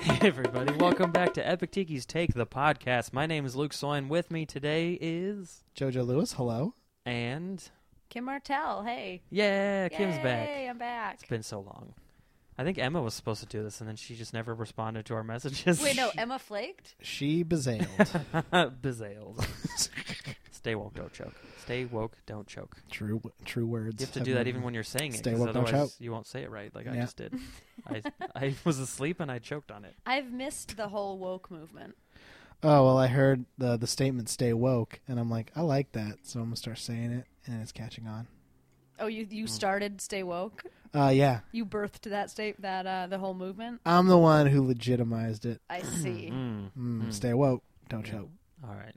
Hey everybody, welcome back to Epic Tiki's Take the podcast. My name is Luke Soin. With me today is Jojo Lewis, hello. and Kim Martell, hey. yeah, Kim's Yay, back. I'm back. It's been so long. I think Emma was supposed to do this, and then she just never responded to our messages. Wait, no, Emma flaked? She bezailed. Bezailed. Stay woke, don't choke. Stay woke, don't choke. true, true words. You have to have do that never- even when you're saying it, Stay 'cause woke, don't otherwise choke. you won't say it right, like I Yeah. just did. I I was asleep and I choked on it. I've missed the whole woke movement. Oh well, I heard the the statement "stay woke," and I'm like, I like that, so I'm gonna start saying it, and it's catching on. Oh, you Hmm. you started Stay Woke? Uh, yeah, You birthed that state that uh the whole movement? I'm the one who legitimized it. I see. Mm. Mm, Stay woke, don't choke. All right.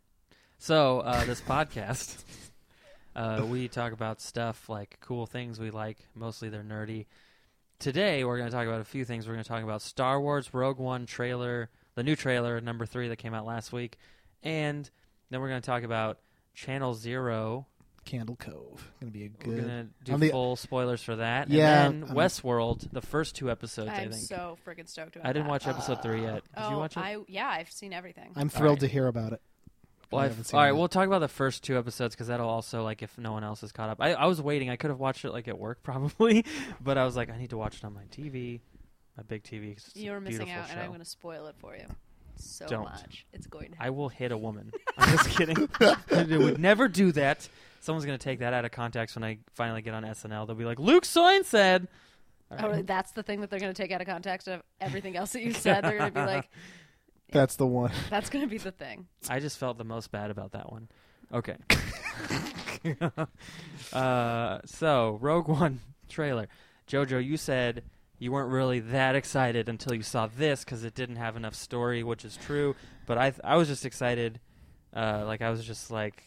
So uh, this podcast, uh, we talk about stuff like cool things we like. Mostly they're nerdy. Today we're going to talk about a few things. We're going to talk about Star Wars Rogue One trailer, the new trailer number three that came out last week, and then we're going to talk about Channel Zero. Candle Cove, gonna be a We're good. going to do I'm the- full spoilers for that. Yeah, And then I'm- Westworld, the first two episodes. i I'm think so freaking stoked about I didn't that. watch episode three yet. Did Oh, you watch it? I yeah, I've seen everything. I'm thrilled Alright. to hear about it. Well, I I haven't f- seen all right, that. we'll talk about the first two episodes because that'll also like if no one else is caught up. I, I was waiting. I could have watched it like at work probably, but I was like, I need to watch it on my TV, my big TV. 'cause it's a You're missing beautiful out, and show. I'm going to spoil it for you. So Don't. much. It's going to I will hit a woman. I'm just kidding. I would never do that. Someone's gonna take that out of context when I finally get on SNL. They'll be like, Luke Soin said. All Oh, right. really? that's the thing that they're going to take out of context of everything else that you said. They're going to be like, That's the one. that's going to be the thing. I just felt the most bad about that one. Okay. uh, so, Rogue One trailer. Jojo, you said you weren't really that excited until you saw this because it didn't have enough story, which is true. But I, I was just excited. Uh, like I was just like,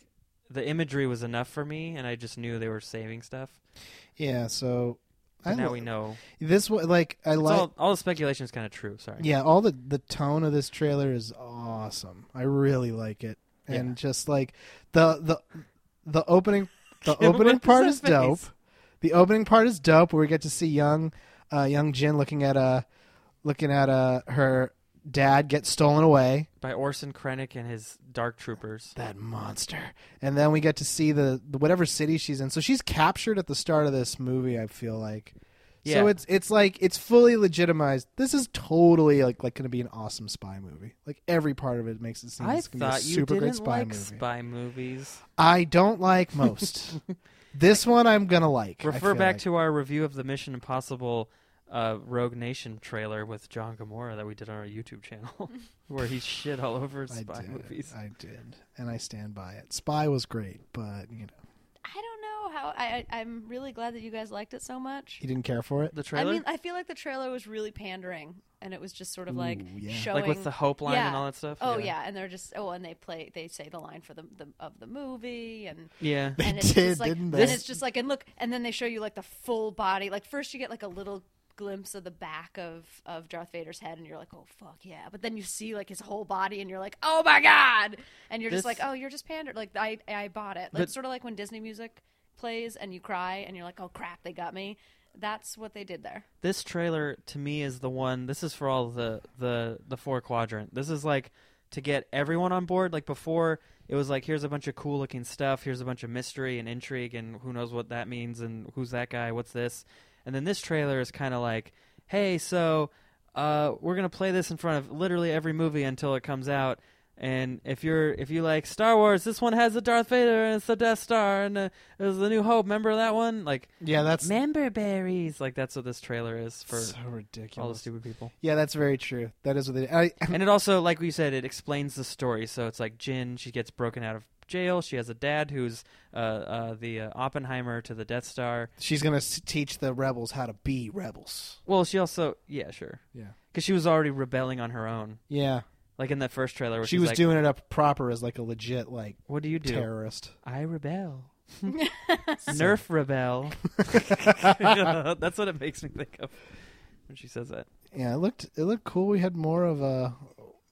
the imagery was enough for me, and I just knew they were saving stuff. Yeah, so So now lo- we know. this was like I It's like. all, all the speculation is kind of true. Sorry. Yeah, all the the tone of this trailer is awesome. I really like it, and Yeah. just like the the the opening the Kim, opening what's part that is dope. face? The opening part is dope, where we get to see young uh, young Jin looking at uh looking at uh her dad get stolen away. By Orson Krennic and his dark troopers. That monster, and then we get to see the, the whatever city she's in. So she's captured at the start of this movie. I feel like. Yeah. So it's it's like it's fully legitimized. This is totally like like going to be an awesome spy movie. Like every part of it makes it seem I it's going to be a thought you super didn't great spy like movie. spy movies. I don't like most. this one I'm going to like. I Refer feel back like. to our review of the Mission Impossible uh, Rogue Nation trailer with John Gamora that we did on our YouTube channel, where he shit all over I spy did. movies. I did, and I stand by it. Spy was great, but you know I don't know how. I, I I'm really glad that you guys liked it so much. he didn't care for it. The I trailer, mean, I feel like the trailer was really pandering, and it was just sort of like Ooh, yeah. showing. like with the Hope line and Yeah. all that stuff. oh yeah. and they're just oh, and they play they say the line for the, the of the movie, and yeah. They and it's did, just like didn't and they? it's just like and look, and then they show you like the full body. Like first you get like a little glimpse of the back of of Darth Vader's head, and you're like, oh fuck yeah, but then you see like his whole body, and you're like, oh my god, and you're just This- like, oh, you're just pandering. Like I I bought it. Like But- sort of like when Disney music plays and you cry and you're like, oh crap, they got me. That's what they did there. This trailer to me is the one. This is for all the the the four quadrant. This is like to get everyone on board. Like before, it was like here's a bunch of cool looking stuff. Here's a bunch of mystery and intrigue, and who knows what that means and who's that guy? What's this? And then this trailer is kind of like, hey, so uh, we're gonna play this in front of literally every movie until it comes out. And if you're if you like Star Wars, this one has a Darth Vader and it's the Death Star and uh, there's the New Hope. Remember that one? Like Yeah, that's member berries. Like that's what this trailer is for so all the ridiculous. stupid people. Yeah, that's very true. That is what they. I, And it also, like we said, it explains the story. So it's like Jin, she gets broken out of jail. She has a dad who's uh, uh, the uh, Oppenheimer to the Death Star. she's going to teach the rebels how to be rebels. Well, she also, yeah, sure, Yeah. because she was already rebelling on her own. Yeah, Like in that first trailer, where she she's was like, doing it up proper as like a legit like "What do you do? terrorist. I rebel." Nerf rebel. That's what it makes me think of when she says that. Yeah, it looked it looked cool. We had more of uh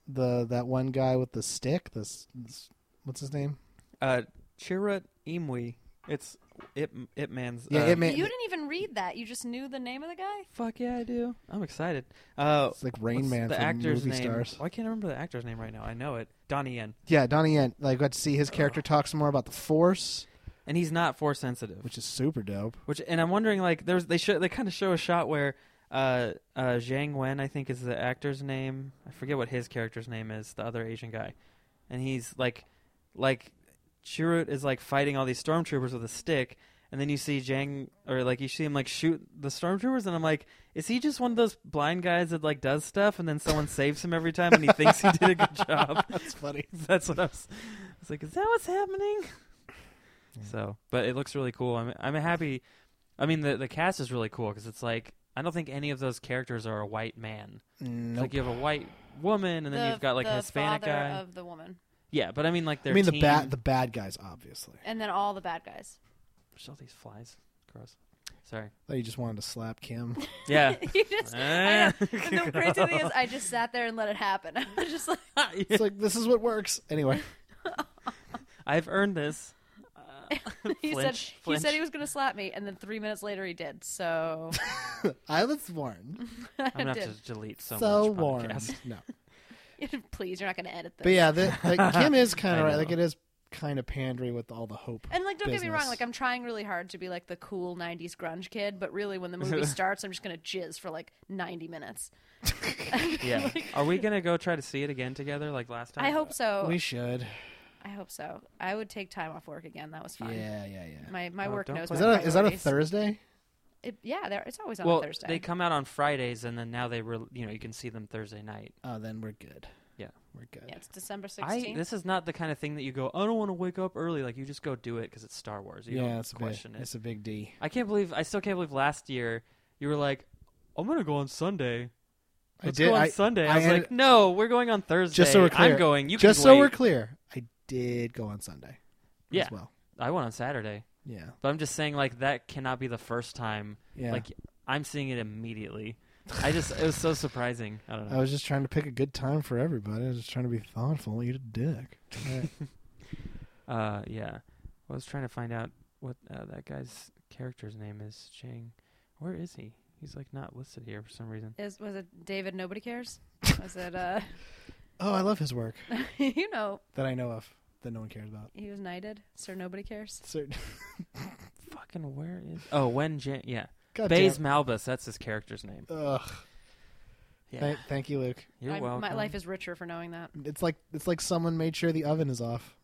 the that one guy with the stick. This, this- what's his name? Uh, Chira Imwe. It's it it man's Yeah, uh, Ip Man- You didn't even read that. You just knew the name of the guy. Fuck yeah, I do. I'm excited. Uh, It's like Rain what's Man the for actor's movie name? stars. Well, I can't remember the actor's name right now. I know it. Donnie Yen, Yeah, Donnie Yen. Like, got to see his character talks more about the Force, and he's not force sensitive. which is super dope. Which and I'm wondering like there's they show they kind of show a shot where uh uh Zhang Wen I think is the actor's name. I forget what his character's name is, the other Asian guy. And he's like like Chirrut is like fighting all these stormtroopers with a stick and then you see Zhang or like you see him like shoot the stormtroopers and I'm like is he just one of those blind guys that like does stuff and then someone saves him every time and he thinks he did a good job? That's funny. That's what I was. I was like, is that what's happening? So, but it looks really cool. I'm I'm happy. I mean, the the cast is really cool because it's like I don't think any of those characters are a white man. It's Nope. Like you have a white woman, and then The- you've got like the a Hispanic father guy. of the woman, Yeah, but I mean, like I their mean, the team- bad the bad guys, obviously. and then all the bad guys. There's all these flies. Gross. Sorry. I thought you just wanted to slap Kim. Yeah. Eh. you just, I know. And the crazy thing is, I just sat there and let it happen. I was just like, It's like this is what works. Anyway, I've earned this. Uh, he said, flinch, he said flinch. he was going to slap me, and then three minutes later he did. So I was warned. I I'm gonna did. have to delete so, So, much warned. podcast. No, Please, you're not going to edit this. but yeah, the, like Kim is kind I of right. know. Like it is kind of pandering with all the hope. And like, don't get me wrong. business. Like, I'm trying really hard to be like the cool '90s grunge kid, but really, when the movie starts, I'm just gonna jizz for like 90 minutes. Yeah. Are we gonna go try to see it again together like last time? I hope so. we should. I hope so. I would take time off work again. That was fun. Yeah, yeah, yeah. My my Oh, work don't knows. play- Is my that a, is that a priorities. Thursday? It, yeah, there, it's always on well, a Thursday. They come out on Fridays, and then now they re- you know you can see them Thursday night. Oh, then we're good. Yeah. we're good. yeah, it's December 16th. I this is not the kind of thing that you go. I don't want to wake up early. Like you just go do it because it's Star Wars. You yeah, don't it's a big, question it. it's a big D. I can't believe I still can't believe last year you were like, I'm gonna go on Sunday. I Let's did- go on I- Sunday. I, I was ended- like, no, we're going on Thursday. Just so we're clear, I'm going. You just can so wait. we're clear, I did go on Sunday. Yeah. as well. I went on Saturday, Yeah, but I'm just saying like that cannot be the first time. yeah. Like I'm seeing it immediately. I just it was so surprising. I don't I know. was just trying to pick a good time for everybody. I was just trying to be thoughtful. Eat a dick. Right. Uh, yeah. I was trying to find out what uh, that guy's character's name is. Chang. Where is he? He's like not listed here for some reason. is was it David? Nobody cares. Was it? uh oh, I love his work You know, that I know of that no one cares about. he was knighted, so nobody cares. So, Fucking where is? Oh, Wen Jang. Yeah, God Baze damn- Malbus. That's his character's name. Ugh. Yeah, Thank, thank you, Luke. you're I'm- welcome. My life is richer for knowing that. It's like it's like someone made sure the oven is off.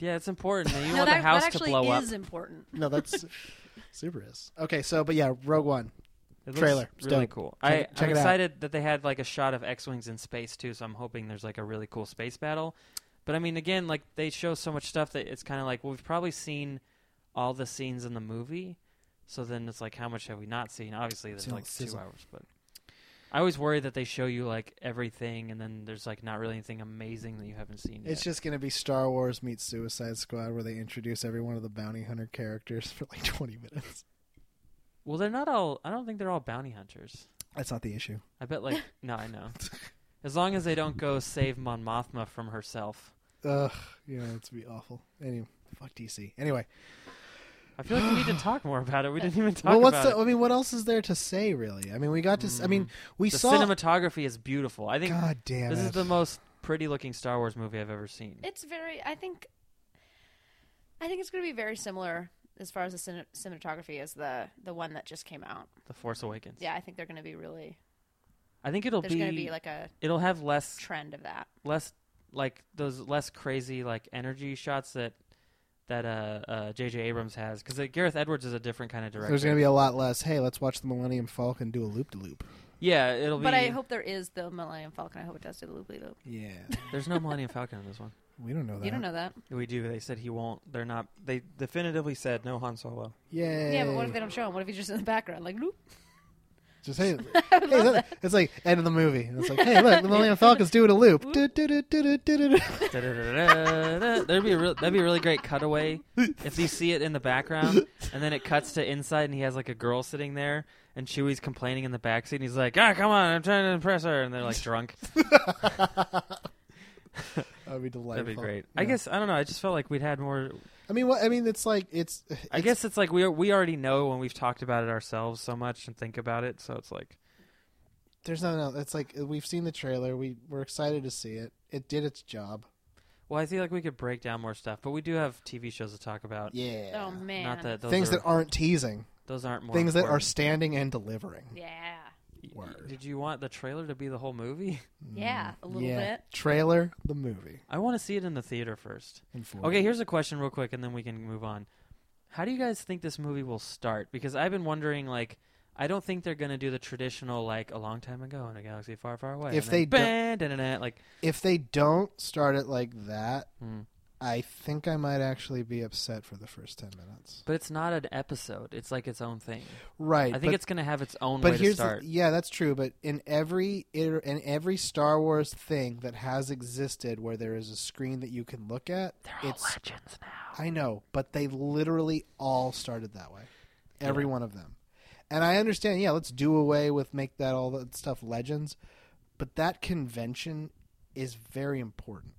Yeah, it's important. that You No, want that, the house that to actually blow up. is important. No, that's super is okay. So, but yeah, Rogue One. It looks trailer. It's really dope. cool. Check I, it- check I'm it out. excited that they had like a shot of X-wings in space too. So I'm hoping there's like a really cool space battle. But I mean, again, like they show so much stuff that it's kind of like well, we've probably seen all the scenes in the movie. So then it's like, how much have we not seen? Obviously, there's Seen all like the two sizzle. hours. But I always worry that they show you like everything, and then there's like not really anything amazing that you haven't seen yet. It's just gonna be Star Wars meets Suicide Squad, where they introduce every one of the bounty hunter characters for like twenty minutes. well, they're not all. I don't think they're all bounty hunters. That's not the issue. I bet like no, I know. As long as they don't go save Mon Mothma from herself. Ugh, yeah, it's be awful. Anyway, fuck DC. Anyway, I feel like we need to talk more about it. We didn't even talk well, what's about the, it. I mean, what else is there to say really? I mean, we got to. s I I mean, we The saw. cinematography is beautiful. I think God damn this it! is the most pretty looking Star Wars movie I've ever seen. It's very. I think. I think it's going to be very similar as far as the cine- cinematography as the the one that just came out. the Force Awakens. Yeah, I think they're going to be really. I think it'll There's be, going to be like a it'll have less trend of that. less like those less crazy like energy shots that that uh uh JJ Abrams has cuz Gareth Edwards is a different kind of director. There's gonna be a lot less. Hey, let's watch the Millennium Falcon do a loop de loop. Yeah, it'll be But I hope there is the Millennium Falcon. I hope it does do the loop loop. Yeah, There's no Millennium Falcon in this one. we don't know that. You don't know that. We do. They said he won't. They're not they definitively said no Han Solo. Yay. Yeah, but what if they don't show him? What if he's just in the background, like loop? Just hey, hey look, it's like end of the movie. And it's like, hey, look, the Millennium Falcon's doing a loop. Do, do, do, do, do, do, do. Da-da-da-da-da. There'd be a real, that'd be a really great cutaway if you see it in the background, and then it cuts to inside, and he has like a girl sitting there, and Chewie's complaining in the backseat, and he's like, "Ah, come on, I'm trying to impress her," and they're like drunk. That would be delightful. That'd be great. I Yeah. guess I don't know. I just felt like we'd had more. I mean, what I mean, it's like it's. I it's- guess it's like we we already know when we've talked about it ourselves so much and think about it. So it's like there's no no. It's like we've seen the trailer. We we're excited to see it. It did its job. Well, I feel like we could break down more stuff, but we do have TV shows to talk about. Yeah. Oh man. Not that those Things are, that aren't teasing. those aren't more Things that are important. standing and delivering. Yeah. Word. Did you want the trailer to be the whole movie? Yeah. A little yeah. bit. Trailer the movie. I want to see it in the theater first. In full. Okay, here's a question real quick and then we can move on. How do you guys think this movie will start? Because I've been wondering like I don't think they're going to do the traditional like a long time ago in a galaxy far far away. If and then they don't- bang, da-da-da, like If they don't start it like that, Hmm. I think I might actually be upset for the first ten minutes. but it's not an episode. It's like its own thing. Right. I think but, it's going to have its own but way here's to the- start. yeah, that's true. But in every iter- in every Star Wars thing that has existed, where there is a screen that you can look at, They're all it's legends now. I know, but they literally all started that way. Every Yeah. one of them. And I understand, yeah, let's do away with make that all that stuff legends, but that convention is very important.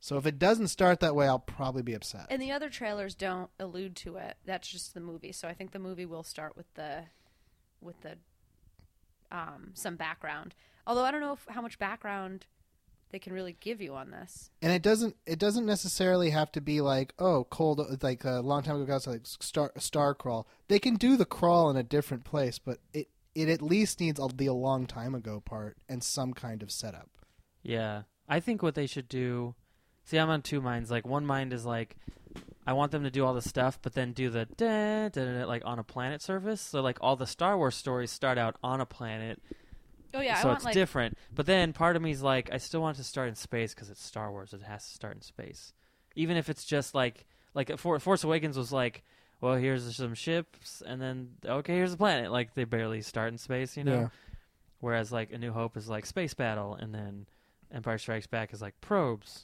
So if it doesn't start that way, I'll probably be upset. And the other trailers don't allude to it. That's just the movie. So I think the movie will start with the with the um some background. Although I don't know if, how much background they can really give you on this. and it doesn't it doesn't necessarily have to be like oh cold it's like a long time ago guys like star star crawl they can do the crawl in a different place but it it at least needs a, the long time ago part and some kind of setup Yeah. I think what they should do. See, I'm on two minds. Like one mind is like, I want them to do all the stuff, but then do the da, da, da, da, like on a planet surface. So like all the Star Wars stories start out on a planet, Oh yeah, I so want it's like different. But then part of me is like, I still want it to start in space because it's Star Wars. It has to start in space, even if it's just like like uh, For- Force Awakens was like, well, here's some ships, and then okay, here's the planet. Like they barely start in space, you know. Whereas like A New Hope is like space battle, and then Empire Strikes Back is like probes.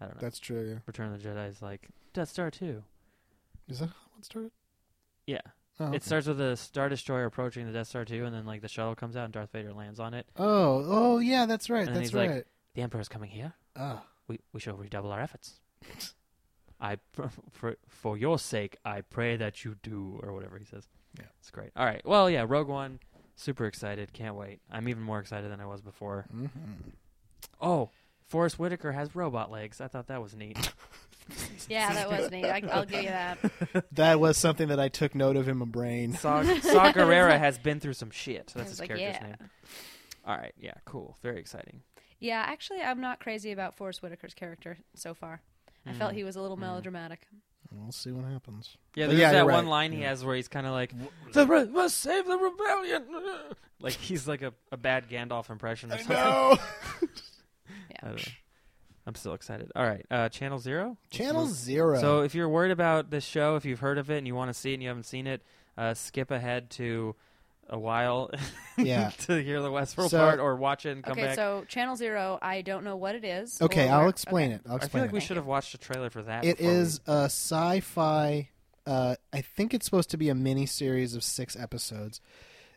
I don't know. that's true yeah Return of the Jedi is like Death Star two. is that how it started Yeah, oh, it starts with a Star Destroyer approaching the Death Star two, and then like the shuttle comes out and Darth Vader lands on it. oh oh yeah that's right And then that's he's like, right The Emperor's coming here. Ah. We we shall redouble our efforts. I pr- for, for your sake, I pray that you do, or whatever he says. Yeah. it's great. All right, well, yeah, Rogue One, super excited, can't wait. I'm even more excited than I was before. Mhm. Oh, Forrest Whitaker has robot legs. I thought that was neat. Yeah, that was neat. I, I'll give you that. that was something that i took note of in my brain Saw, Saw Gerrera has been through some shit. That's was his like, character's yeah. name. All right, yeah, cool. Very exciting. Yeah, actually, I'm not crazy about Forrest Whitaker's character so far. I felt he was a little melodramatic. we'll see what happens Yeah, But there's yeah, that you're one right. line he Yeah. has where he's kind of like, "The re- must save the rebellion." like he's like a, a bad Gandalf impression or something. I don't know. I'm still excited. All right, uh, Channel Zero. Let's channel move- zero So if you're worried about this show, if you've heard of it and you want to see it and you haven't seen it, uh, skip ahead to a while Yeah. to hear the Westworld So- part or watch it and come Okay, back. so Channel Zero, I don't know what it is. okay or i'll where- explain okay. it i'll I feel explain like it we should have watched a trailer for that. It before we- is a sci-fi. Uh, I think it's supposed to be a mini series of six episodes,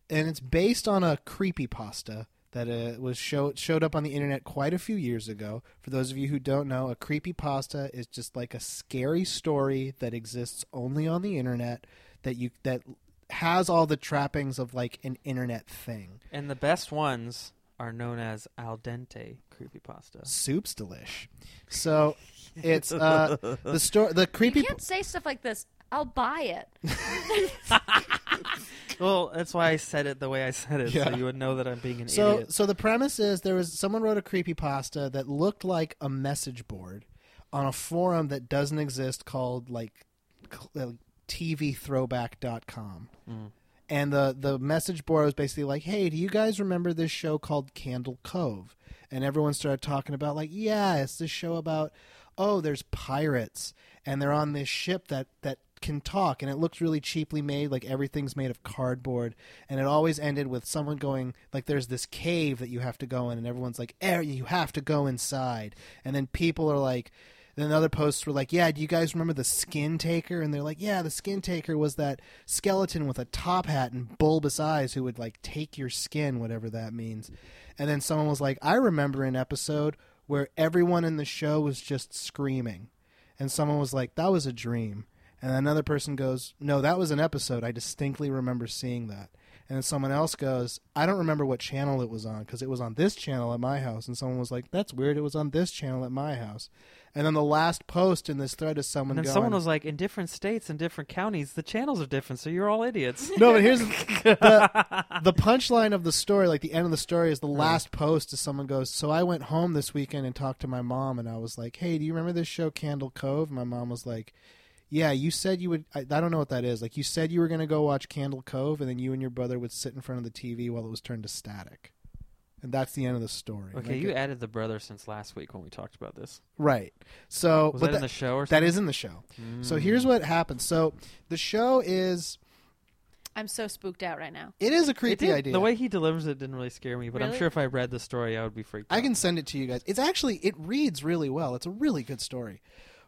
and it's based on a creepy pasta that uh, was show- showed up on the internet quite a few years ago. For those of you who don't know, a creepy pasta is just like a scary story that exists only on the internet that you that has all the trappings of like an internet thing. and the best ones are known as al dente creepypasta. Soup's delish. So it's uh, the story. The creepy You can't say stuff like this. I'll buy it. Well, that's why I said it the way I said it, so Yeah. you would know that I'm being an so idiot. so the premise is there was someone wrote a creepy pasta that looked like a message board on a forum that doesn't exist called like cl- uh, tvthrowback.com Mm. and the the message board was basically like hey do you guys remember this show called candle cove and everyone started talking about like yeah it's this show about oh there's pirates and they're on this ship that that can talk and it looks really cheaply made like everything's made of cardboard and it always ended with someone going like there's this cave that you have to go in and everyone's like eh, you have to go inside and then people are like then other posts were like, "Yeah, do you guys remember the Skin Taker?" And they're like, "Yeah, the Skin Taker was that skeleton with a top hat and bulbous eyes who would like take your skin, whatever that means." And then someone was like, "I remember an episode where everyone in the show was just screaming, and someone was like, "That was a dream," and another person goes, "No, that was an episode. I distinctly remember seeing that." And then someone else goes, "I don't remember what channel it was on because it was on this channel at my house." And someone was like, "That's weird. It was on this channel at my house." And then the last post in this thread is someone And going, then someone was like, in different states and different counties, the channels are different, so you're all idiots. No, but here's the, the punchline of the story, like the end of the story, is the last post is someone goes, So I went home this weekend and talked to my mom, and I was like, Hey, do you remember this show, Candle Cove? My mom was like, Yeah, you said you would. I, I don't know what that is. Like, you said you were going to go watch Candle Cove, and then you and your brother would sit in front of the TV while it was turned to static. And that's the end of the story. Okay, Like, you it- added the brother since last week when we talked about this. right. So, Was but that, in the show or that something? Mm. is in the show. So here's what happens. So the show is. I'm so spooked out right now. It is a It creepy did- idea. The way he delivers it didn't really scare me, but I'm Really? sure if I read the story, I would be freaked I out. can send it to you guys. It's actually it reads really well. It's a really good story.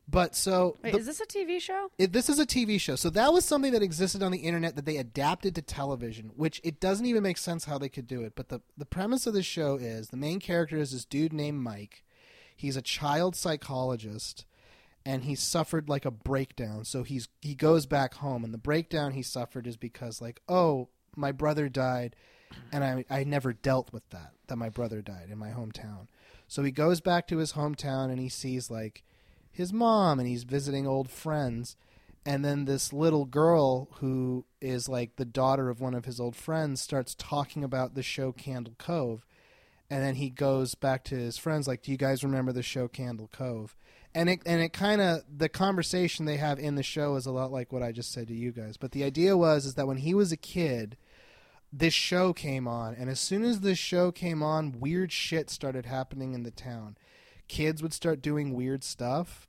But so Wait, the- is this a TV show? it, this is a TV show. So that was something that existed on the internet that they adapted to television, which it doesn't even make sense how they could do it. But the the premise of the show is the main character is this dude named Mike. He's a child psychologist and he suffered like a breakdown. So he's he goes back home and the breakdown he suffered is because like, "Oh, my brother died and I I never dealt with that that my brother died in my hometown." So he goes back to his hometown and he sees like his mom and he's visiting old friends and then this little girl who is like the daughter of one of his old friends starts talking about the show Candle Cove and then he goes back to his friends like do you guys remember the show Candle Cove and it and it kind of the conversation they have in the show is a lot like what I just said to you guys but the idea was is that when he was a kid this show came on and as soon as this show came on weird shit started happening in the town kids would start doing weird stuff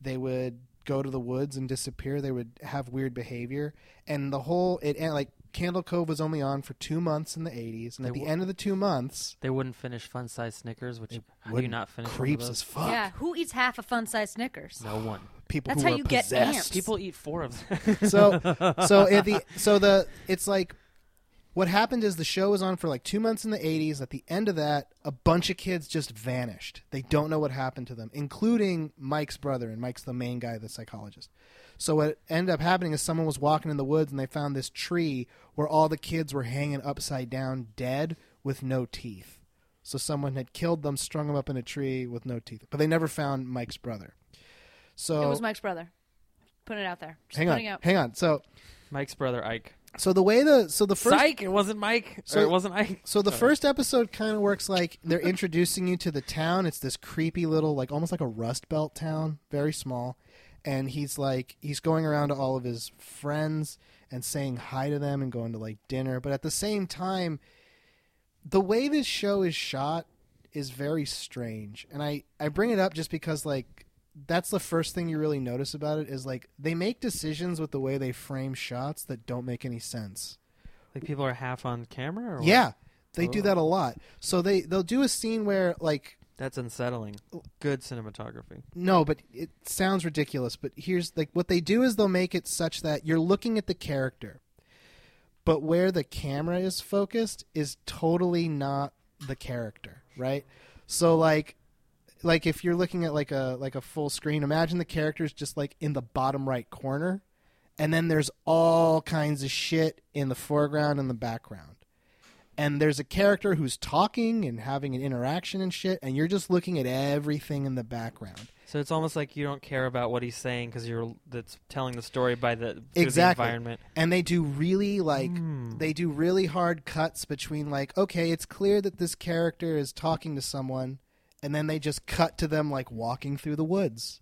they would go to the woods and disappear they would have weird behavior and the whole it and like candle cove was only on for two months in the 80s and at They the wo- end of the two months They wouldn't finish fun size Snickers, which how do you wouldn't- not finish? one of creeps those? as fuck Yeah, who eats half a fun-sized Snickers? no one. people That's who how are you get possessed ants. People eat four of them. so so at the so the it's like what happened is the show was on for like two months in the 80s at the end of that a bunch of kids just vanished they don't know what happened to them including mike's brother and mike's the main guy the psychologist so what ended up happening is someone was walking in the woods and they found this tree where all the kids were hanging upside down dead with no teeth so someone had killed them strung them up in a tree with no teeth but they never found mike's brother so It was Mike's brother. Putting it out there. Oh. Just hang on putting Out. hang on so Mike's brother Ike. so the way the so the first Psych. It wasn't Mike. So- or it wasn't Ike. so the first episode kind of works like they're introducing you to the town. It's this creepy little like almost like a rust belt town, very small. And he's like he's going around to all of his friends and saying hi to them and going to like dinner, but at the same time the way this show is shot is very strange. And I I bring it up just because like that's the first thing you really notice about it is like they make decisions with the way they frame shots that don't make any sense. Like people are half on camera. Or what? Yeah, they do Oh. that a lot. So they they'll do a scene where like That's unsettling. Good cinematography. no, but it sounds ridiculous. But here's like what they do is they'll make it such that you're looking at the character, but where the camera is focused is totally not the character, right? So like like if you're looking at like a like a full screen, imagine the character's just like in the bottom right corner, and then there's all kinds of shit in the foreground and the background. and there's a character who's talking and having an interaction and shit, and you're just looking at everything in the background. So it's almost like you don't care about what he's saying because you're that's telling the story by the through the Exactly. environment. And they do really like they do really hard cuts between like, okay, it's clear that this character is talking to someone, and then they just cut to them like walking through the woods.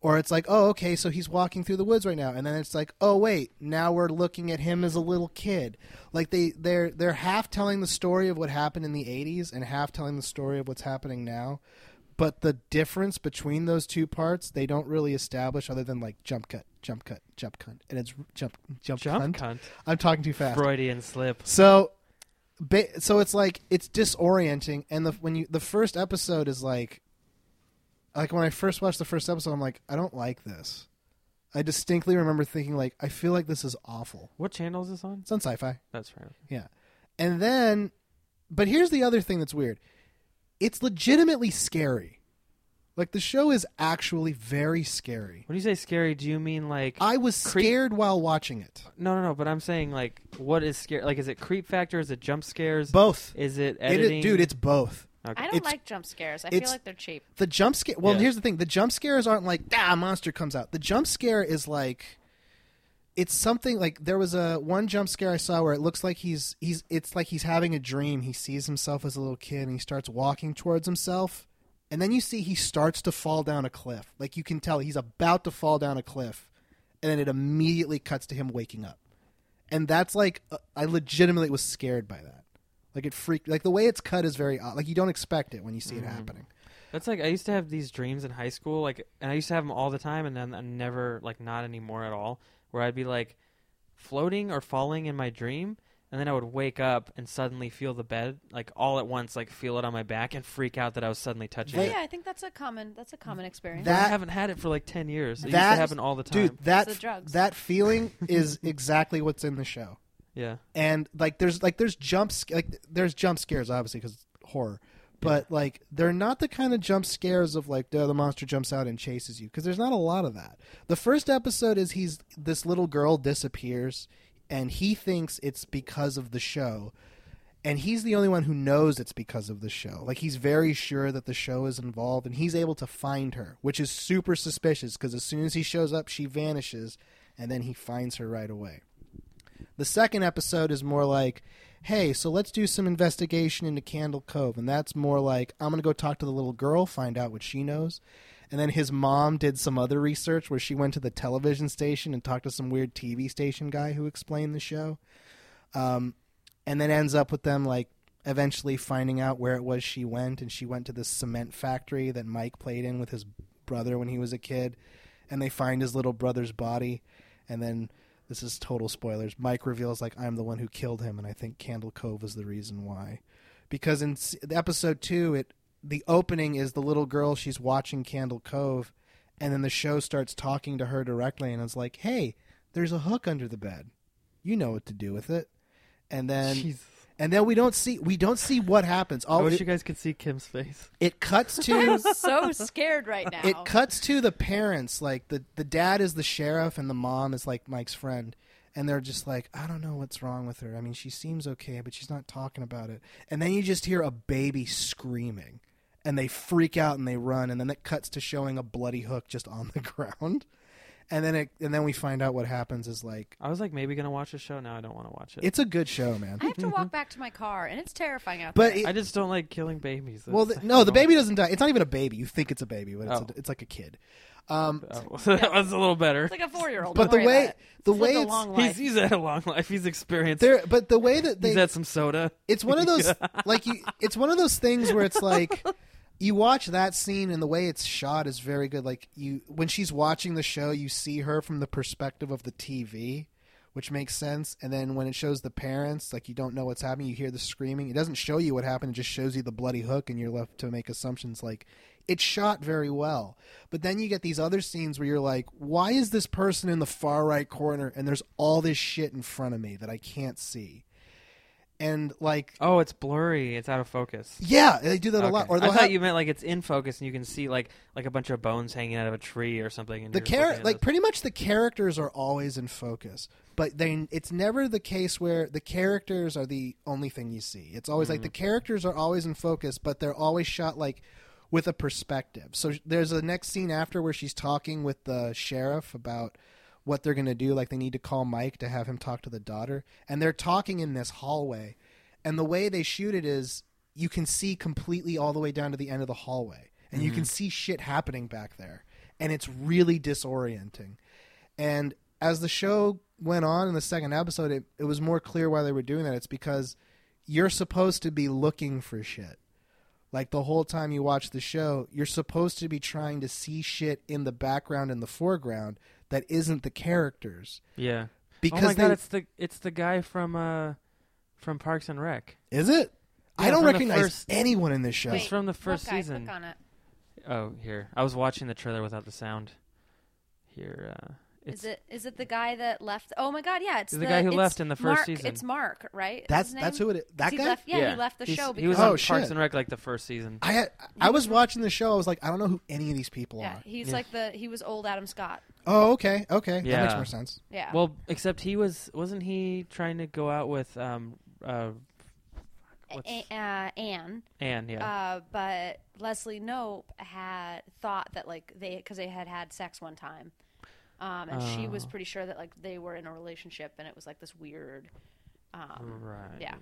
Or it's like, oh, okay, so he's walking through the woods right now, and then it's like, oh, wait, now we're looking at him as a little kid. Like they they're they're half telling the story of what happened in the '80s and half telling the story of what's happening now, but the difference between those two parts they don't really establish other than like jump cut, jump cut, jump cut, and it's jump jump, Jump cunt. cunt. I'm talking too fast. Freudian slip. So, ba- so it's like it's disorienting, and the when you the first episode is like, like when I first watched the first episode, I'm like, I don't like this. I distinctly remember thinking like, I feel like this is awful. What channel is this on? It's on sci-fi, That's right. yeah. And then, but here's the other thing that's weird. It's legitimately scary. Like the show is actually very scary. When you say scary, do you mean like I was Creep- scared while watching it. no, no, no? But I'm saying like what is scary? Like is it creep factor? Is it jump scares? Both. Is it It editing? is, dude, it's both. Okay. I don't It's- like jump scares. I feel it's- like they're cheap. The jump scare. Well, Yeah. here's the thing: the jump scares aren't like ah, a monster comes out. The jump scare is like, it's something like there was a one jump scare I saw where it looks like he's he's it's like he's having a dream. He sees himself as a little kid and he starts walking towards himself, and then you see he starts to fall down a cliff. Like you can tell he's about to fall down a cliff, and then it immediately cuts to him waking up, and that's like uh, I legitimately was scared by that. Like it freaked. Like the way it's cut is very odd. Like you don't expect it when you see it happening. That's like I used to have these dreams in high school, like, and I used to have them all the time, and then I never, like, not anymore at all. Where I'd be like floating or falling in my dream, and then I would wake up and suddenly feel the bed, like all at once, like feel it on my back and freak out that I was suddenly touching They- it. yeah, I think that's a common that's a common experience. But I That- haven't had it for like ten years. It used That- to happen all the time. dude that It's the drugs. that feeling is exactly what's in the show yeah, and like there's like there's jump sc- like there's jump scares obviously because horror but like they're not the kind of jump scares of like "Duh, the monster jumps out and chases you because there's not a lot of that the first episode is he's this little girl disappears and he thinks it's because of the show and he's the only one who knows it's because of the show. Like he's very sure that the show is involved, and he's able to find her, which is super suspicious because as soon as he shows up, she vanishes, and then he finds her right away. The second episode is more like, "Hey, so let's do some investigation into Candle Cove," and that's more like, "I'm gonna go talk to the little girl, find out what she knows." And then his mom did some other research where she went to the television station and talked to some weird TV station guy who explained the show and then ends up with them like eventually finding out where it was she went and she went to this cement factory that mike played in with his brother when he was a kid and they find his little brother's body and then this is total spoilers mike reveals like i'm the one who killed him and i think candle cove is the reason why because in s- the episode two it the opening is the little girl she's watching candle cove and then the show starts talking to her directly and it's like hey there's a hook under the bed you know what to do with it and then Jesus. and then we don't see we don't see what happens. I All wish it, you guys could see Kim's face. it cuts I'm to so scared right now. it cuts to the parents. Like the the dad is the sheriff and the mom is like Mike's friend, and they're just like, I don't know what's wrong with her. I mean, she seems okay, but she's not talking about it. And then you just hear a baby screaming, and they freak out and they run. And then it cuts to showing a bloody hook just on the ground. And then it, and then we find out what happens is like I was like maybe gonna watch the show. Now I don't want to watch it. it's a good show, man. I have to walk back to my car, and it's terrifying out But there. it, I just don't like killing babies. Well, That's- the, no, the I don't- baby doesn't die. It's not even a baby. You think it's a baby, but it's, Oh. a, it's like a kid. Um, Oh, so that was a little better. it's like a four-year-old. but Don't the worry way about it. the It's way lived a it's long life. He's he's had a long life. He's experienced. there, but the way that they he's had some soda. it's one of those like you it's one of those things where it's like you watch that scene and the way it's shot is very good like you when she's watching the show you see her from the perspective of the TV which makes sense and then when it shows the parents like you don't know what's happening you hear the screaming it doesn't show you what happened it just shows you the bloody hook and you're left to make assumptions like it's shot very well but then you get these other scenes where you're like why is this person in the far right corner and there's all this shit in front of me that I can't see and like Oh, it's blurry. It's out of focus. yeah, they do that a Okay. lot. Or I they'll thought have you meant like it's in focus and you can see like like a bunch of bones hanging out of a tree or something. And the you're just looking char- at like this. pretty much the characters are always in focus, but they it's never the case where the characters are the only thing you see. It's always Mm. like the characters are always in focus, but they're always shot like with a perspective. So there's a next scene after where she's talking with the sheriff about what they're going to do like they need to call Mike to have him talk to the daughter and they're talking in this hallway and the way they shoot it is you can see completely all the way down to the end of the hallway and you can see shit happening back there and it's really disorienting and as the show went on in the second episode it, it was more clear why they were doing that it's because you're supposed to be looking for shit like the whole time you watch the show you're supposed to be trying to see shit in the background and the foreground that isn't the characters yeah. because oh my god, they- it's the it's the guy from uh from Parks and Rec. is it i Yeah, don't from the recognize first- anyone in this show Wait. from the first look, guys, season. Click on it. Oh, here. I was watching the trailer without the sound. Here, uh, It's is it is it the guy that left? Oh my God, yeah, it's He's the guy who it's left in the first Mark- season. It's Mark, right? Is That's his name? that's who it is. That He guy. left- yeah, he left the He's- show. Because, He was Oh, on Parks shit. and Rec like the first season. I had, I was watching the show. I was like, I don't know who any of these people yeah, are. he's Yeah. like the he was old Adam Scott. Oh, okay, okay, that makes Yeah. more sense. Yeah. Well, except he was wasn't he trying to go out with um uh what's, A- uh, Anne, Anne, yeah. uh, but Leslie Nope had thought that like they because they had had sex one time, um, and she was Oh. pretty sure that like they were in a relationship, and it was like this weird. Um, right. yeah.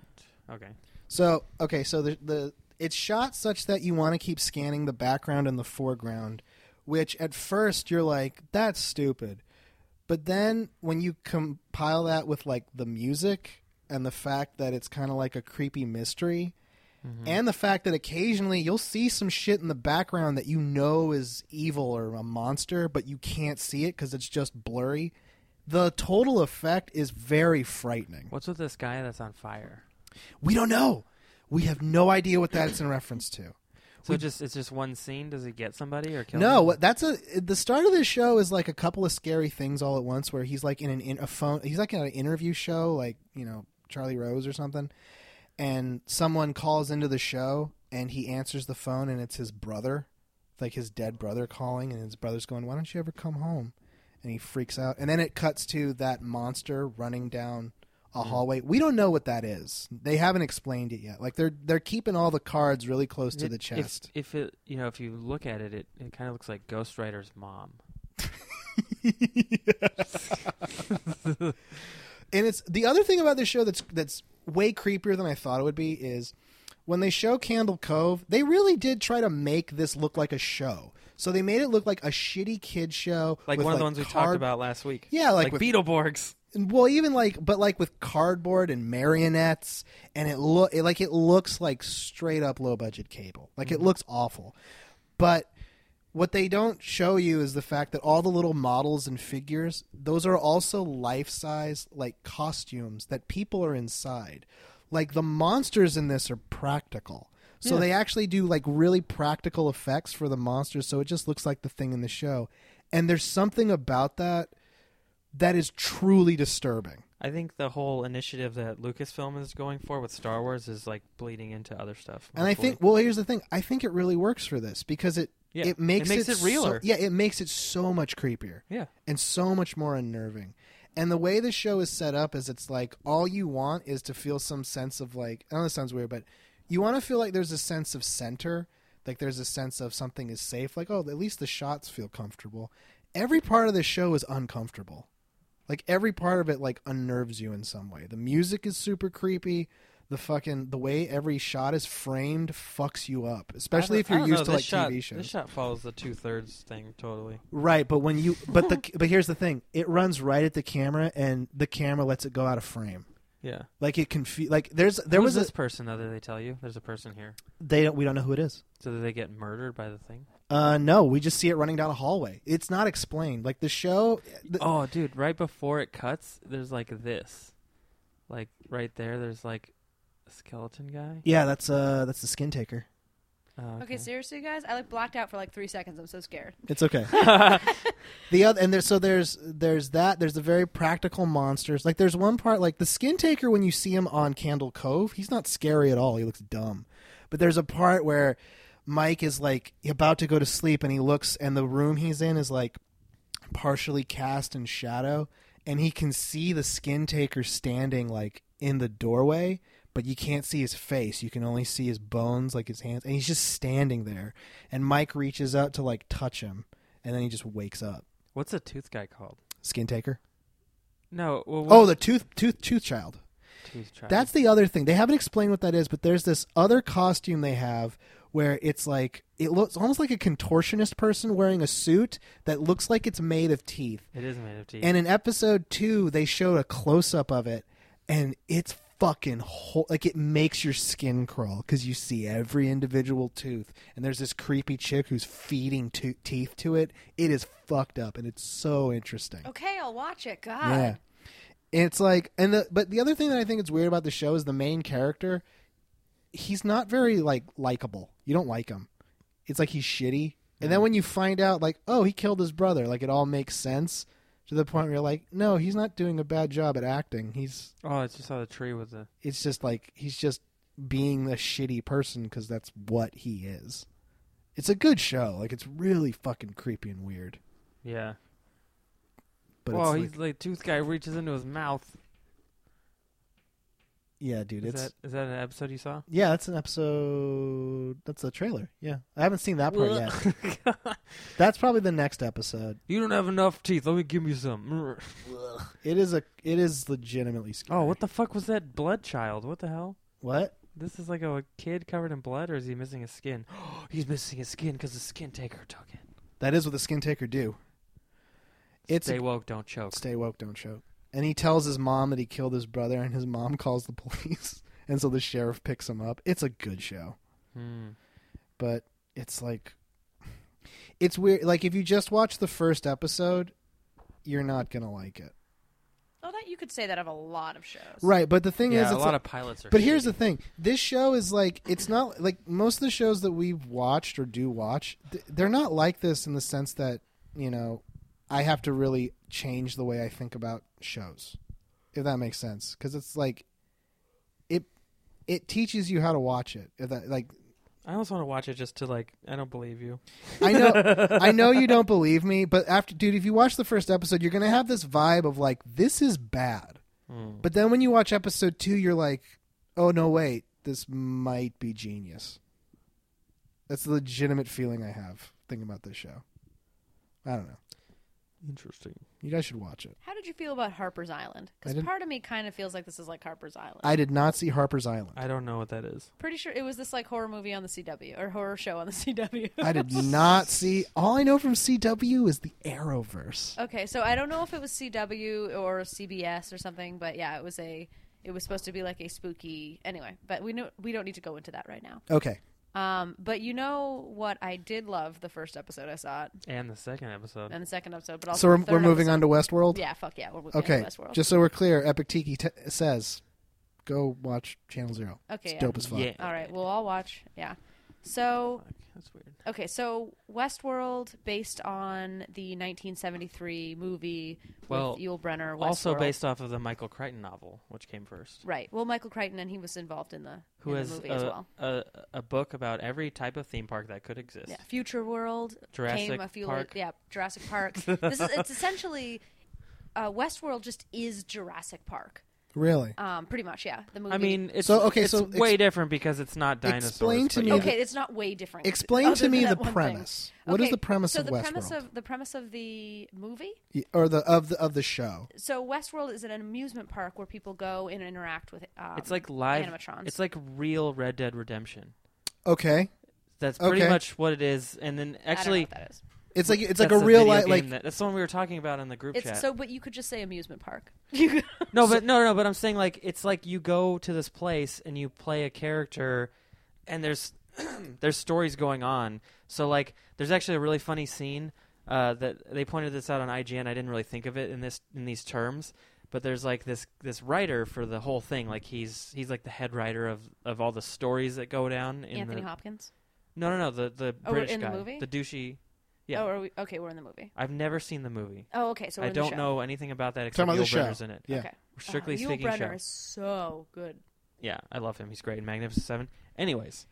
Okay. So okay, so the the it's shot such that you want to keep scanning the background and the foreground, which at first you're like, that's stupid, but then when you compile that with like the music and the fact that it's kind of like a creepy mystery. And the fact that occasionally you'll see some shit in the background that you know is evil or a monster, but you can't see it because it's just blurry. The total effect is very frightening. What's with this guy that's on fire? We don't know. We have no idea what that's in reference to. So just it's just one scene. Does he get somebody or kill? No, them? what that's a the start of this show is like a couple of scary things all at once where he's like in an in, a phone he's like in an interview show like, you know, Charlie Rose or something and someone calls into the show and he answers the phone and it's his brother, like his dead brother calling and his brother's going, "Why don't you ever come home?" and he freaks out. And then it cuts to that monster running down a Mm-hmm. hallway. We don't know what that is. They haven't explained it yet. Like they're they're keeping all the cards really close to It- the if- chest. If, it, you know, if you look at it, it, it kind of looks like Ghost Rider's mom. and it's the other thing about this show that's that's way creepier than I thought it would be is when they show Candle Cove, they really did try to make this look like a show. So they made it look like a shitty kid show, Like with, one of the ones we talked card- about last week. Yeah, like with- Beetleborgs. Well, even like, but like with cardboard and marionettes, and it look it, like it looks like straight up low budget cable. Like it looks awful, but what they don't show you is the fact that all the little models and figures those are also life size like costumes that people are inside like the monsters in this are practical so Yeah. they actually do like really practical effects for the monsters so it just looks like the thing in the show and there's something about that that is truly disturbing I think the whole initiative that Lucasfilm is going for with Star Wars is like bleeding into other stuff. And I hopefully. think, well, here's the thing. I think it really works for this because it Yeah. it makes It makes it so- realer. yeah, it makes it so much creepier yeah, and so much more unnerving. And the way the show is set up is it's like all you want is to feel some sense of like I know this sounds weird, but you want to feel like there's a sense of center, like there's a sense of something is safe. Like oh, at least the shots feel comfortable. Every part of the show is uncomfortable. Like every part of it like unnerves you in some way. The music is super creepy. The fucking the way every shot is framed fucks you up, especially I if you're don't used know, to this like shot, TV shows. This shot follows the two thirds thing totally. Right, but when you but the but here's the thing: it runs right at the camera, and the camera lets it go out of frame. Yeah, Like it can feel like there's there was Who's this a, person though that they tell you there's a person here. they don't we don't know who it is. So that they get murdered by the thing. Uh, no, we just see it running down a hallway. It's not explained. Like the show, the, Oh, dude! Right before it cuts, there's like this, like right there. There's like a skeleton guy. yeah, that's uh that's the skin taker. Oh, okay. seriously, guys, I like blacked out for like three seconds. I'm so scared. It's okay. the other and there's so there's there's that there's the very practical monsters. Like there's one part like the skin taker when you see him on Candle Cove, he's not scary at all. He looks dumb. But there's a part where Mike is like about to go to sleep and he looks and the room he's in is like partially cast in shadow and he can see the skin taker standing like in the doorway but you can't see his face you can only see his bones like his hands and he's just standing there and mike reaches out to like touch him and then he just wakes up What's the tooth guy called? skin taker No. Well, what- oh the tooth tooth tooth child tooth child. that's the other thing. They haven't explained what that is, but there's this other costume they have where it's like it looks almost like a contortionist person wearing a suit that looks like it's made of teeth. It is made of teeth. And in episode two, they showed a close up of it, and it's fucking whole, like it makes your skin crawl because you see every individual tooth, and there's this creepy chick who's feeding to- teeth to it. It is fucked up, and it's so interesting. Okay, I'll watch it. God. Yeah. It's like and the but the other thing that I think is weird about the show is the main character he's not very like likable. You don't like him. Mm. It's like he's shitty. And then when you find out like, oh, he killed his brother, like it all makes sense. to the point where you're like, no, he's not doing a bad job at acting. He's Oh, it's just how the tree with the. it's just like he's just being a shitty person because that's what he is. It's a good show. Like it's really fucking creepy and weird. Yeah. But Whoa, it's he's like, like tooth guy reaches into his mouth. yeah, dude, Is it's that is that an episode you saw? yeah, that's an episode. That's a trailer. Yeah, I haven't seen that part yet. That's probably the next episode. you don't have enough teeth. Let me give you some. It is a. It is legitimately scary. Oh, what the fuck was that blood child? What the hell? What? This is like a, kid covered in blood, or is he missing his skin? He's missing his skin because the skin taker took it. That is what the skin taker do. It's a- Stay woke, don't choke. Stay woke, don't choke. And he tells his mom that he killed his brother, and his mom calls the police. And so the sheriff picks him up. It's a good show, Hmm. but it's like, it's weird. Like if you just watch the first episode, you're not gonna like it, Oh, that you could say that of a lot of shows. right? But the thing Yeah, is, a it's lot like- of pilots are. But here's the shady. thing: this show is like it's not like most of the shows that we've watched or do watch. th- They're not like this in the sense that you know I have to really change the way I think about shows, if that makes sense. Because it's like it it teaches you how to watch it. If that like I almost want to watch it just to like. I don't believe you. I know I know you don't believe me, but after dude, if you watch the first episode, you're gonna have this vibe of like this is bad. Hmm. But then when you watch episode two, you're like, oh no, wait, this might be genius. That's the legitimate feeling I have thinking about this show. I don't know. Interesting. You guys should watch it. How did you feel about Harper's Island? I Because didn't- part of me kind of feels like this is like Harper's Island. I did not see Harper's Island. I don't know what that is. Pretty sure it was this like horror movie on the CW or horror show on the CW. I did not see. All I know from CW is the Arrowverse. Okay, so I don't know if it was CW or CBS or something, but yeah, it was a. It was supposed to be like a spooky. Anyway, but we know we don't need to go into that right now. Okay. Um, but you know what? I did love the first episode I saw it, And the second episode. and the second episode, but also So we're, the we're third moving episode. on to Westworld? Yeah, fuck yeah, we're moving Okay. on to Westworld. Just so we're clear, Epic Tiki t- says go watch Channel Zero. okay, It's yeah. dope as fuck. yeah. all right, we'll all watch. Yeah. So Fuck, that's weird. Okay, so Westworld, based on the 1973 movie Well, with Yul Brenner. Westworld. Also based off of the Michael Crichton novel, which came first. Right. Well, Michael Crichton, and he was involved in the, Who in has uh, the movie a, as well. a a book about every type of theme park that could exist? Yeah, Future World Jurassic came a few. Park. Yeah, Jurassic Park. this is it's essentially uh, Westworld just is Jurassic Park, Really? um, pretty much. Yeah, the movie. I mean, it's So, okay, it's so way different because it's not dinosaurs. explain to but me yeah. the- okay, it's not way different. Explain other to me the than that one thing. premise. What is Okay, the premise so of the Westworld? premise of the premise of the movie Y- or the of the of the show. so Westworld is an amusement park where people go and interact with. Um, It's like live animatrons. It's like real Red Dead Redemption. Okay, That's pretty Okay. much what it is. And then I actually, don't know what that is. it's like it's like that's a real video life. game Like that- that's the one we were talking about in the group It's chat. so, but you could just say amusement park. You could- no, but no, no. But I'm saying like it's like you go to this place and you play a character, and there's there's stories going on. So like there's actually a really funny scene uh, that they pointed this out on IGN. I didn't really think of it in this in these terms, but there's like this this writer for the whole thing. Like he's he's like the head writer of of all the stories that go down in Anthony the Hopkins. no no no the the Oh, we're British in the guy movie? douchey. Yeah, Oh, are we, okay, we're in the movie. I've never seen the movie. Oh, okay. So we're I in the don't show. know anything about that Talking except about the Yul show. Brenner's in it. Yeah. Okay. Strictly oh, Yul speaking, Brynner show. is so good. Yeah, I love him. He's great in Magnificent Seven. Anyways,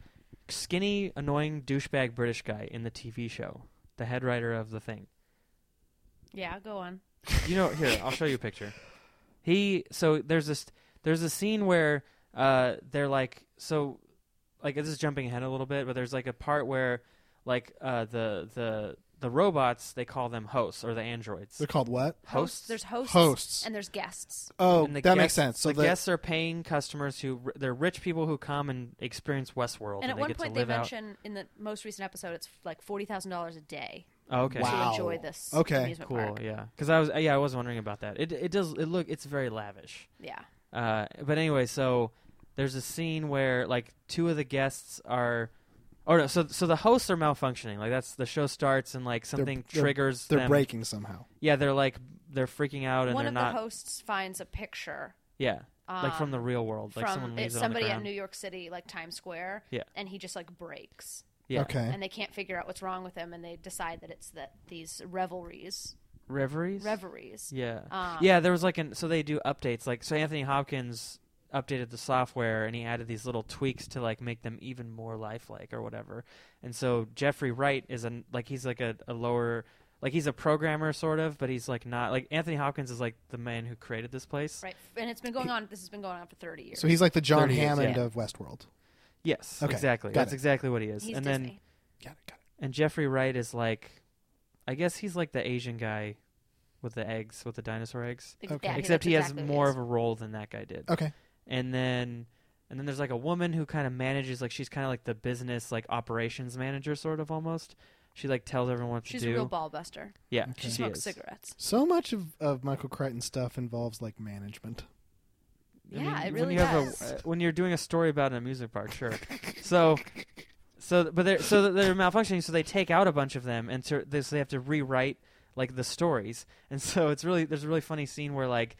skinny, annoying douchebag British guy in the TV show, the head writer of the thing. Yeah, go on. You know, here I'll show you a picture. He so there's this there's a scene where uh they're like so like this is jumping ahead a little bit, but there's like a part where like uh the the the robots they call them hosts or the androids they're called what? hosts. There's hosts. Hosts. And there's guests. Oh, And that the makes guests- sense. So the, the- guests are paying customers who r- they're rich people who come and experience Westworld, And at they one get point, to they live out. mention in the most recent episode, it's like forty thousand dollars a day Oh, okay, Wow. to enjoy this Okay. amusement cool, park. yeah. Because I was, yeah, I was wondering about that. It it does it look it's very lavish. Yeah. Uh, but anyway, so there's a scene where like two of the guests are, or no, so so the hosts are malfunctioning. Like that's the show starts and like something they're- triggers they're them. breaking somehow. Yeah, they're like they're freaking out and One they're of not. the hosts finds a picture yeah, like from um, the real world. Like from someone it's leaves it on the somebody at ground. New York City, like Times Square. Yeah. And he just like breaks, yeah. Okay. and they can't figure out what's wrong with him, and they decide that it's that these revelries Reveries. Reveries. Yeah. Um, yeah, there was like an so they do updates like so Anthony Hopkins updated the software and he added these little tweaks to like make them even more lifelike or whatever. And so Jeffrey Wright is an like he's like a, a lower like he's a programmer sort of, but he's like not like Anthony Hopkins is like the man who created this place. Right, and it's been going on. This has been going on for thirty years. So he's like the John 30 years, Hammond yeah. of Westworld. Yes, Okay, exactly. got That's it. exactly what he is. He's and Disney. then Got it. Got and Jeffrey Wright is like I guess he's like the Asian guy with the eggs, with the dinosaur eggs. Ex- yeah, okay. I think Except that's he has exactly what more is. of a role than that guy did. it. Okay. and then and then there's like a woman who kind of manages like she's kind of like the business like operations manager sort of almost she like tells everyone what She's to do a real ball buster. yeah Okay. She she smokes is. cigarettes. So much of, of Michael Crichton stuff involves like management. I Yeah, it mean, really when you have does. A, uh, when you're doing a story about an amusement park sure so so but they're so they're malfunctioning so they take out a bunch of them and so they, so they have to rewrite like the stories and so it's really there's a really funny scene where like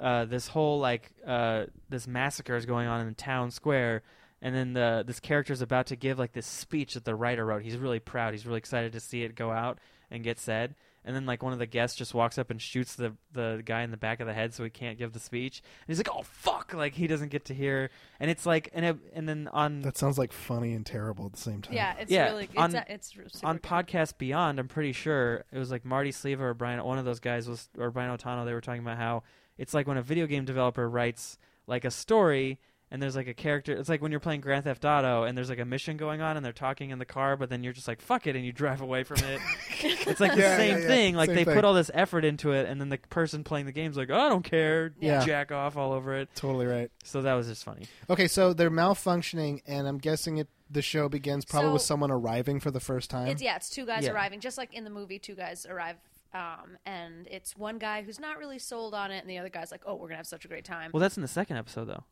uh, this whole like uh, this massacre is going on in the town square and then the this character's about to give like this speech that the writer wrote he's really proud he's really excited to see it go out and get said and then like one of the guests just walks up and shoots the the guy in the back of the head so he can't give the speech and he's like oh fuck like he doesn't get to hear and it's like and it, and then on That sounds like funny and terrible at the same time. Yeah, it's Yeah, really. It's, on- a, it's r- super on good. podcast Beyond, I'm pretty sure it was like Marty Sleva or Brian, one of those guys was or Brian O'Tano. They were talking about how it's like when a video game developer writes like a story and there's like a character. It's like when you're playing Grand Theft Auto and there's like a mission going on and they're talking in the car, but then you're just like fuck it and you drive away from it. it's like the Yeah, yeah, same yeah. thing. Like Same they thing. put all this effort into it, and then the person playing the game's like, oh, I don't care, Yeah. jack off all over it. Totally right. So that was just funny. Okay, so they're malfunctioning, and I'm guessing it. The show begins probably with So- someone arriving for the first time. It's yeah, it's two guys Yeah. arriving, just like in the movie, two guys arrive. Um, and it's one guy who's not really sold on it, and the other guy's like, "Oh, we're gonna have such a great time." Well, that's in the second episode though.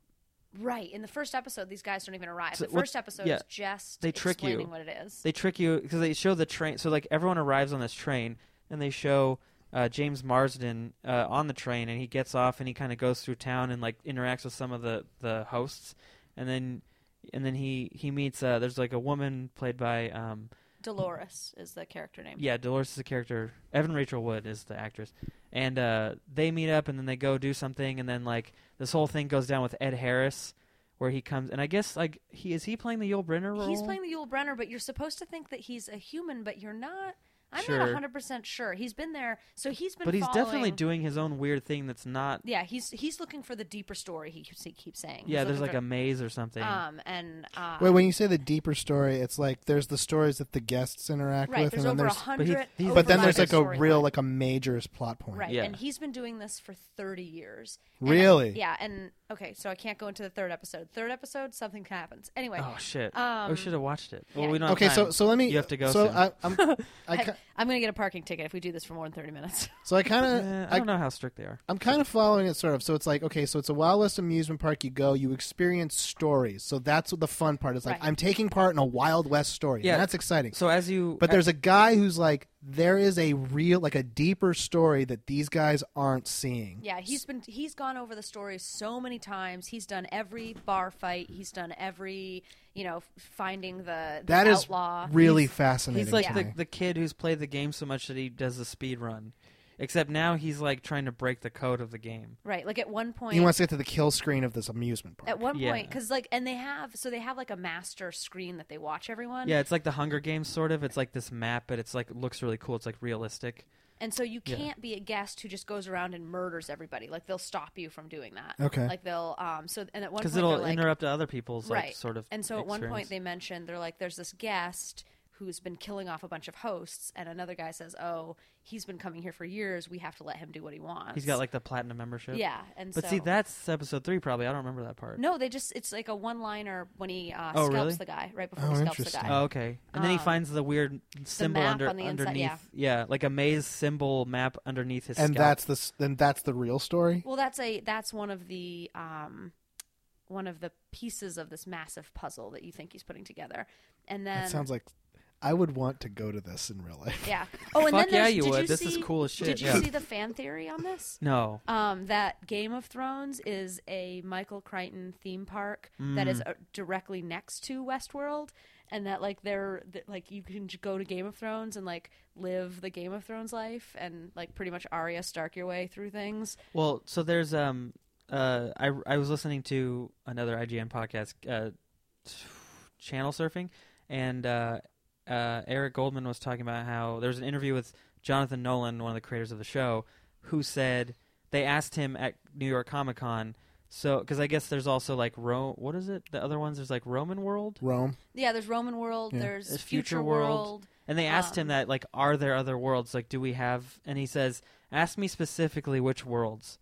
right. In the first episode, these guys don't even arrive. So the what- first episode yeah. is just They trick you. explaining what it is. they trick you because they show the train. So like everyone arrives on this train, and they show uh, James Marsden uh, on the train, and he gets off, and he kind of goes through town and like interacts with some of the the hosts, and then and then he he meets uh, there's like a woman played by um, Dolores is the character name. yeah Dolores is the character Evan Rachel Wood is the actress, and uh, they meet up, and then they go do something, and then like this whole thing goes down with Ed Harris. Where he comes, and I guess like he is he playing the Yul Brynner role? He's playing the Yul Brenner, but you're supposed to think that he's a human, but you're not. I'm Sure. not 100 percent sure. He's been there, so he's been. but he's definitely following- doing his own weird thing that's not Yeah, he's he's looking for the deeper story. He keeps, he keeps saying. Yeah, He's there's like looking a maze or something. for- um and uh, Wait, when you say the deeper story, it's like there's the stories that the guests interact right. with, There's and then over a there's he- hundred. he's- but then there's overlapping like a overlapping real storyline. like a major plot point. Right, Yeah. and he's been doing this for 30 years. And- Really? yeah, and okay, so I can't go into the third episode. Third episode, something happens. Anyway, oh shit! um, we should have watched it. Well, yeah. we don't. have Okay, so time. so let me. You have to go. So soon. I, I'm, I, I, ki- am going to get a parking ticket if we do this for more than 30 minutes. so I kind of Eh, I I don't know how strict they are. I'm kind of following it sort of. So it's like, okay, so it's a Wild West amusement park. You go, you experience stories. So that's what the fun part is. Like, Right. I'm taking part in a Wild West story. Yeah. And that's exciting. So as you, uh, but there's a guy who's like, there is a real, like a deeper story that these guys aren't seeing. yeah, he's been he's gone over the story so many times. He's done every bar fight. He's done every you know finding the, the That is outlaw. really He's- fascinating. he's like to the, me. the kid who's played the game so much that he does the speed run, except now he's like trying to break the code of the game. right, like at one point he wants to get to the kill screen of this amusement park. at one Yeah. point because like and they have so they have like a master screen that they watch everyone. Yeah, it's like the Hunger Games sort of. It's like this map, but it's like looks really cool. It's like realistic. And so you Yeah. can't be a guest who just goes around and murders everybody. Like they'll stop you from doing that. Okay. Like they'll um so and at one point Because they're it'll like interrupt other people's right like sort of. and so at one point experience. they mentioned they're like there's this guest who's been killing off a bunch of hosts and another guy says oh he's been coming here for years we have to let him do what he wants. he's got like the platinum membership. yeah and But so see, that's episode three. Probably I don't remember that part. no they just it's like a one liner when he uh, Oh, scalps really? the guy right before Oh, he scalps the interesting. guy. Oh, okay. And then he Um, finds the weird symbol map under on the inside, underneath. yeah. like a maze symbol map underneath his. and scalp. that's the s- then that's the real story. Well, that's a that's one of the um, one of the pieces of this massive puzzle that you think he's putting together, and then that sounds like I would want to go to this in real life. Yeah. Oh, and Fuck then there's- yeah, you did would. You This see, is cool as shit, Did you yeah. see the fan theory on this? No. Um, that Game of Thrones is a Michael Crichton theme park that Mm. is uh, directly next to Westworld, and that like they're that, like you can j- go to Game of Thrones and like live the Game of Thrones life and like pretty much Arya Stark your way through things. Well, so there's um uh I I was listening to another IGN podcast uh channel surfing and uh uh Eric Goldman was talking about how there was an interview with Jonathan Nolan, one of the creators of the show, who said they asked him at New York Comic Con so cuz I guess there's also like Rome what is it? The other ones there's like Roman World Rome. Yeah, there's Roman world. Yeah. There's There's future, Future World. world. And they asked him Um, that, like, are there other worlds? Like, do we have? And he says, ask me specifically which worlds.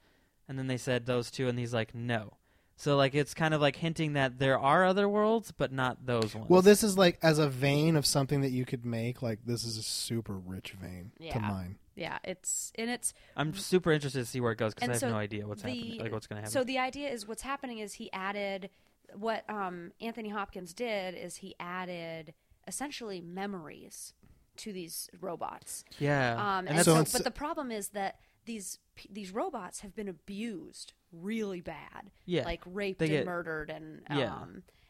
And then they said those two, and he's like, no. So like, it's kind of like hinting that there are other worlds, but not those ones. Well, this is like as a vein of something that you could make. Like this is a super rich vein Yeah. to mine. Yeah, it's and it's I'm super interested to see where it goes because And I have so no idea what's happening, the- like what's going to happen. So the idea is what's happening is he added what um, Anthony Hopkins did is he added essentially memories to these robots. yeah, Um, and and that's So so, it's- but the problem is that these p- these robots have been abused really bad. Yeah. like raped They and get- murdered and um, Yeah.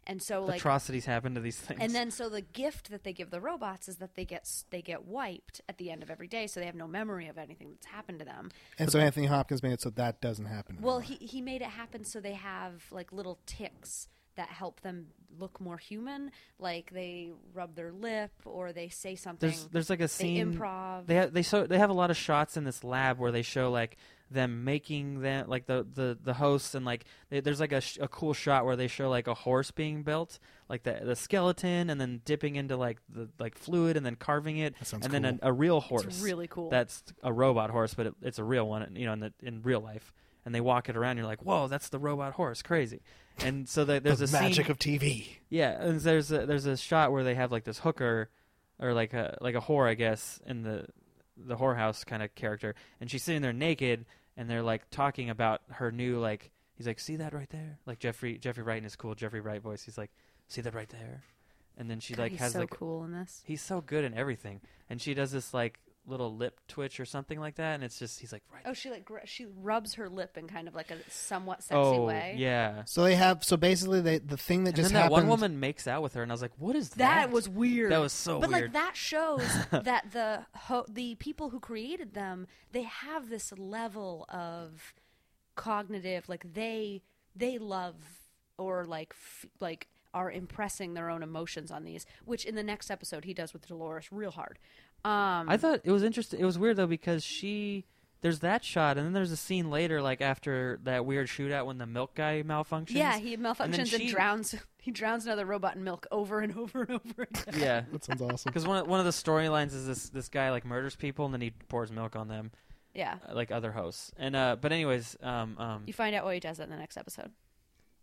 and so the like atrocities happen to these things. and then so the gift that they give the robots is that they get s- they get wiped at the end of every day, so they have no memory of anything that's happened to them. And so Anthony Hopkins made it so that doesn't happen. Well, anymore. he, he made it happen so they have like little ticks that help them look more human. Like they rub their lip or they say something. there's there's like a scene improv. They have, they so they have a lot of shots in this lab where they show like them making them like the the the hosts and like they, there's like a, sh- a cool shot where they show like a horse being built like the the skeleton and then dipping into like the like fluid and then carving it sounds and then a, a real horse it's really cool. that's a robot horse but it, it's a real one you know in the, in real life and they walk it around you're like whoa that's the robot horse crazy and so the, there's the a scene, magic of TV. yeah, and there's a, there's a shot where they have like this hooker, or like a like a whore, I guess, in the the whorehouse kind of character, and she's sitting there naked, and they're like talking about her new like he's like see that right there, like Jeffrey Jeffrey Wright in his cool Jeffrey Wright voice, he's like see that right there, and then she God, like he's has so like cool in this. he's so good in everything, and she does this like little lip twitch or something like that, and it's just he's like right Oh, she like gr- she rubs her lip in kind of like a somewhat sexy oh way. yeah. So they have. So basically, they, the thing that And just then that happened. one woman makes out with her, and I was like, "What is that?" That was weird. That was so but weird. like that shows that the ho- the people who created them they have this level of cognitive like they they love or like f- like are impressing their own emotions on these, which in the next episode he does with Dolores real hard. Um, I thought it was interesting. It was weird though because she there's that shot, and then there's a scene later, like after that weird shootout when the milk guy malfunctions. yeah, he malfunctions and and, then she- drowns. He drowns another robot in milk over and over and over again. yeah. That sounds awesome. Because one of, one of the storylines is this this guy like murders people and then he pours milk on them Yeah, uh, like other hosts and uh but anyways um um you find out why he does that in the next episode.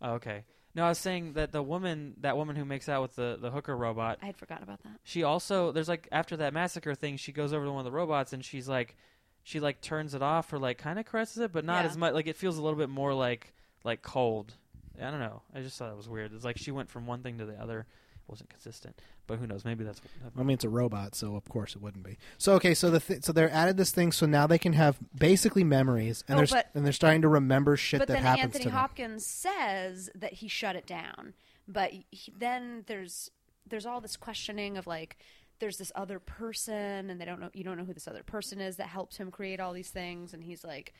oh, okay no I was saying that the woman that woman who makes out with the the hooker robot I had forgotten about that. she also there's like after that massacre thing she goes over to one of the robots and she's like she like turns it off or like kind of caresses it but not Yeah. as much like it feels a little bit more like like cold i don't know i just thought it was weird it's like she went from one thing to the other it wasn't consistent but who knows maybe that's I mean, it's a robot, so of course it wouldn't be. So okay, so the th- so they're added this thing, so now they can have basically memories, and Oh, they're s- but- and they're starting to remember shit but that then happens Anthony to them. Hopkins says that he shut it down. But he, then there's there's all this questioning of like there's this other person and they don't know you don't know who this other person is that helps him create all these things and he's like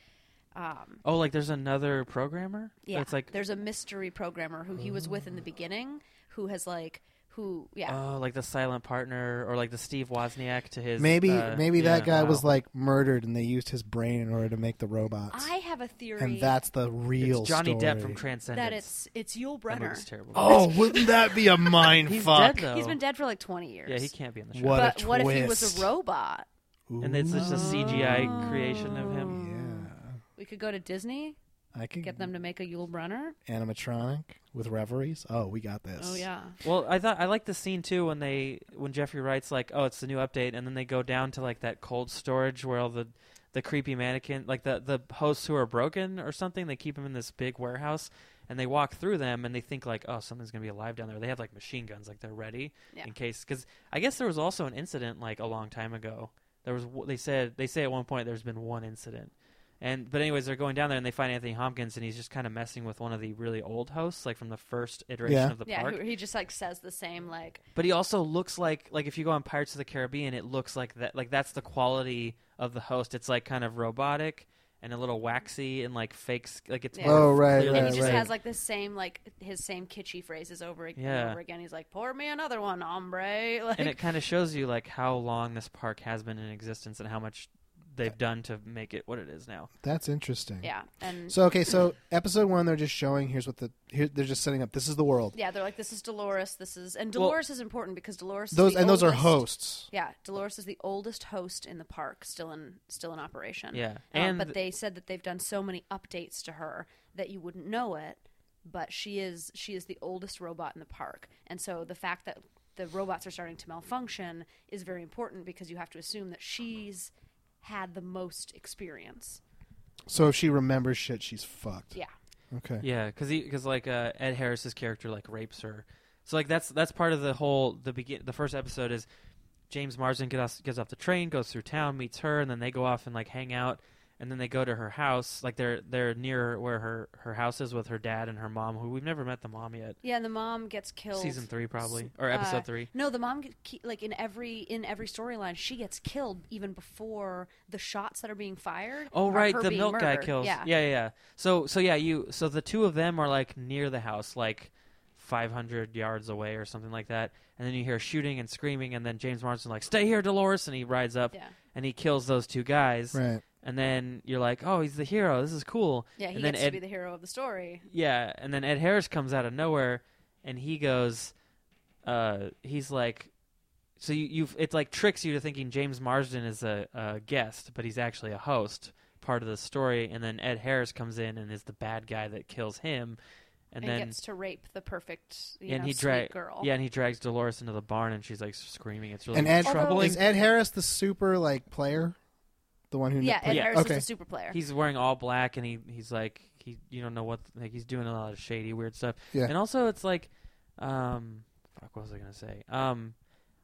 um oh like there's another programmer yeah it's like there's a mystery programmer who he was with in the beginning who has like who yeah oh like the silent partner or like the steve wozniak to his Maybe uh, maybe that yeah, guy was wow. like murdered, and they used his brain in order to make the robots, I have a theory and that's the real it's johnny story. depp from transcendence that it's it's Yul that Brenner. movie's terrible Oh, wouldn't that be a mind he's fuck? dead though He's been dead for like 20 years. yeah he can't be on the show What a but what if he was twist. a robot? and it's just a CGI creation of Oh. him. Yeah, We could go to Disney, I could get them to make a Yul Brenner. animatronic with reveries. Oh, we got this. Oh yeah. Well, I thought I liked the scene too when they when Jeffrey writes like, "Oh, it's the new update," and then they go down to like that cold storage where all the the creepy mannequin, like the the hosts who are broken or something, they keep them in this big warehouse, and they walk through them and they think like, oh, something's gonna be alive down there. They have like machine guns, like they're ready Yeah. in case. Because I guess there was also an incident like a long time ago. There was w- they said they say at one point there's been one incident, and but anyways they're going down there and they find Anthony Hopkins and he's just kind of messing with one of the really old hosts like from the first iteration Yeah. of the yeah, park. who- he just like says the same like But he also looks like like if you go on Pirates of the Caribbean, it looks like that like that's the quality of the host. It's like kind of robotic and a little waxy and like fakes like it's Yeah. more Oh, right, clearly and right, he just right. has like the same like his same kitschy phrases over ag- and Yeah. over again. He's like, "Pour me another one, hombre." Like, and it kind of shows you like how long this park has been in existence and how much Uh, they've done to make it what it is now. That's interesting. yeah, and So okay, so episode one, they're just showing here's what the here they're just setting up. This is the world. yeah, they're like, "This is Dolores. This is," and Well- Dolores is important because Dolores Those is the and those are oldest- hosts. Yeah, Dolores is the oldest host in the park, still in still in operation. Yeah, Um, and but they said that they've done so many updates to her that you wouldn't know it, but she is she is the oldest robot in the park, and so the fact that the robots are starting to malfunction is very important because you have to assume that she's had the most experience. So if she remembers shit, she's fucked. Yeah, Okay. Yeah, because because like uh, Ed Harris's character like rapes her, so like that's that's part of the whole the begin the first episode is James Marsden gets off, gets off the train, goes through town, meets her, and then they go off and like hang out, and then they go to her house like they're they're near where her her house is with her dad and her mom who we've never met the mom yet yeah, and the mom gets killed. season three probably S- or episode uh, three No, the mom get ke- like in every in every storyline she gets killed even before the shots that are being fired. Oh are right, her the being milk guy murdered. kills. Yeah, yeah, yeah. So so yeah, you so the two of them are like near the house, like 500 yards away or something like that. And then you hear shooting and screaming, and then James Marsden like, "Stay here, Dolores," and he rides up Yeah. and he kills those two guys. Right. And then you're like, "Oh, he's the hero. This is cool." Yeah, he and then gets Ed, to be the hero of the story. yeah, and then Ed Harris comes out of nowhere, and he goes, uh, he's like, so you, you've it like tricks you to thinking James Marsden is a, a guest, but he's actually a host, part of the story. And then Ed Harris comes in and is the bad guy that kills him, and, and, then gets to rape the perfect you and know, he sweet drag girl. yeah, and he drags Dolores into the barn, and she's like screaming. It's really And Ed troubling. is Ed Harris the super like player, the one who yeah. plays- Ed Yeah. Harris okay. is a super player. He's wearing all black, and he he's like he you don't know what like he's doing a lot of shady weird stuff. Yeah. And also it's like, um, fuck, what was I gonna say? Um,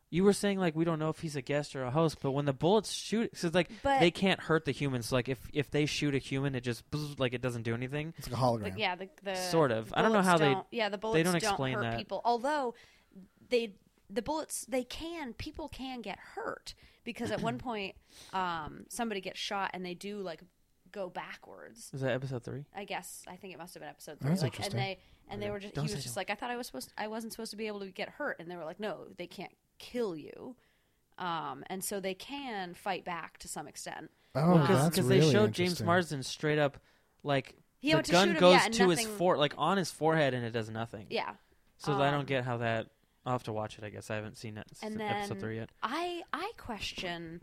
you were saying like we don't know if he's a guest or a host, but when the bullets shoot, so it's like But- they can't hurt the humans. So like if if they shoot a human, it just bzzz, like it doesn't do anything. It's like a hologram. Like, yeah, the, the Sort of. the I don't know bullets how they- don't- Yeah, the bullets don't explain hurt that. people. Although they the bullets they can people can get hurt because at one point um, somebody gets shot and they do like go backwards. Was that episode three? I guess I think it must have been episode three. That's Like, and interesting. they and they Okay. were just Don't he say was just no. like I thought I was supposed I wasn't supposed to be able to get hurt, and they were like, no, they can't kill you. Um, and so they can fight back to some extent. Oh, well, that's really they showed James interesting. Marsden straight up like He the went to gun shoot him, goes yeah, and to his nothing- fore like on his forehead and it does nothing. Yeah. So I um, don't get how that. I'll have to watch it. I guess I haven't seen it And s- then episode three yet. I I question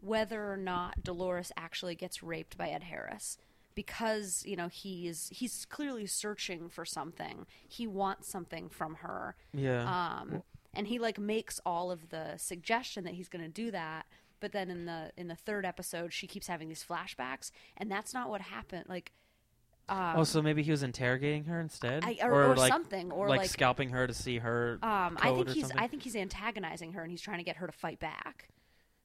whether or not Dolores actually gets raped by Ed Harris because you know he's he's clearly searching for something. He wants something from her. Yeah. um, and he like makes all of the suggestion that he's going to do that but then in the in the third episode she keeps having these flashbacks and that's not what happened like um, oh, so maybe he was interrogating her instead, I- or- or something, or, like, like- scalping her to see her. um, I code think or he's something? I think he's antagonizing her and he's trying to get her to fight back.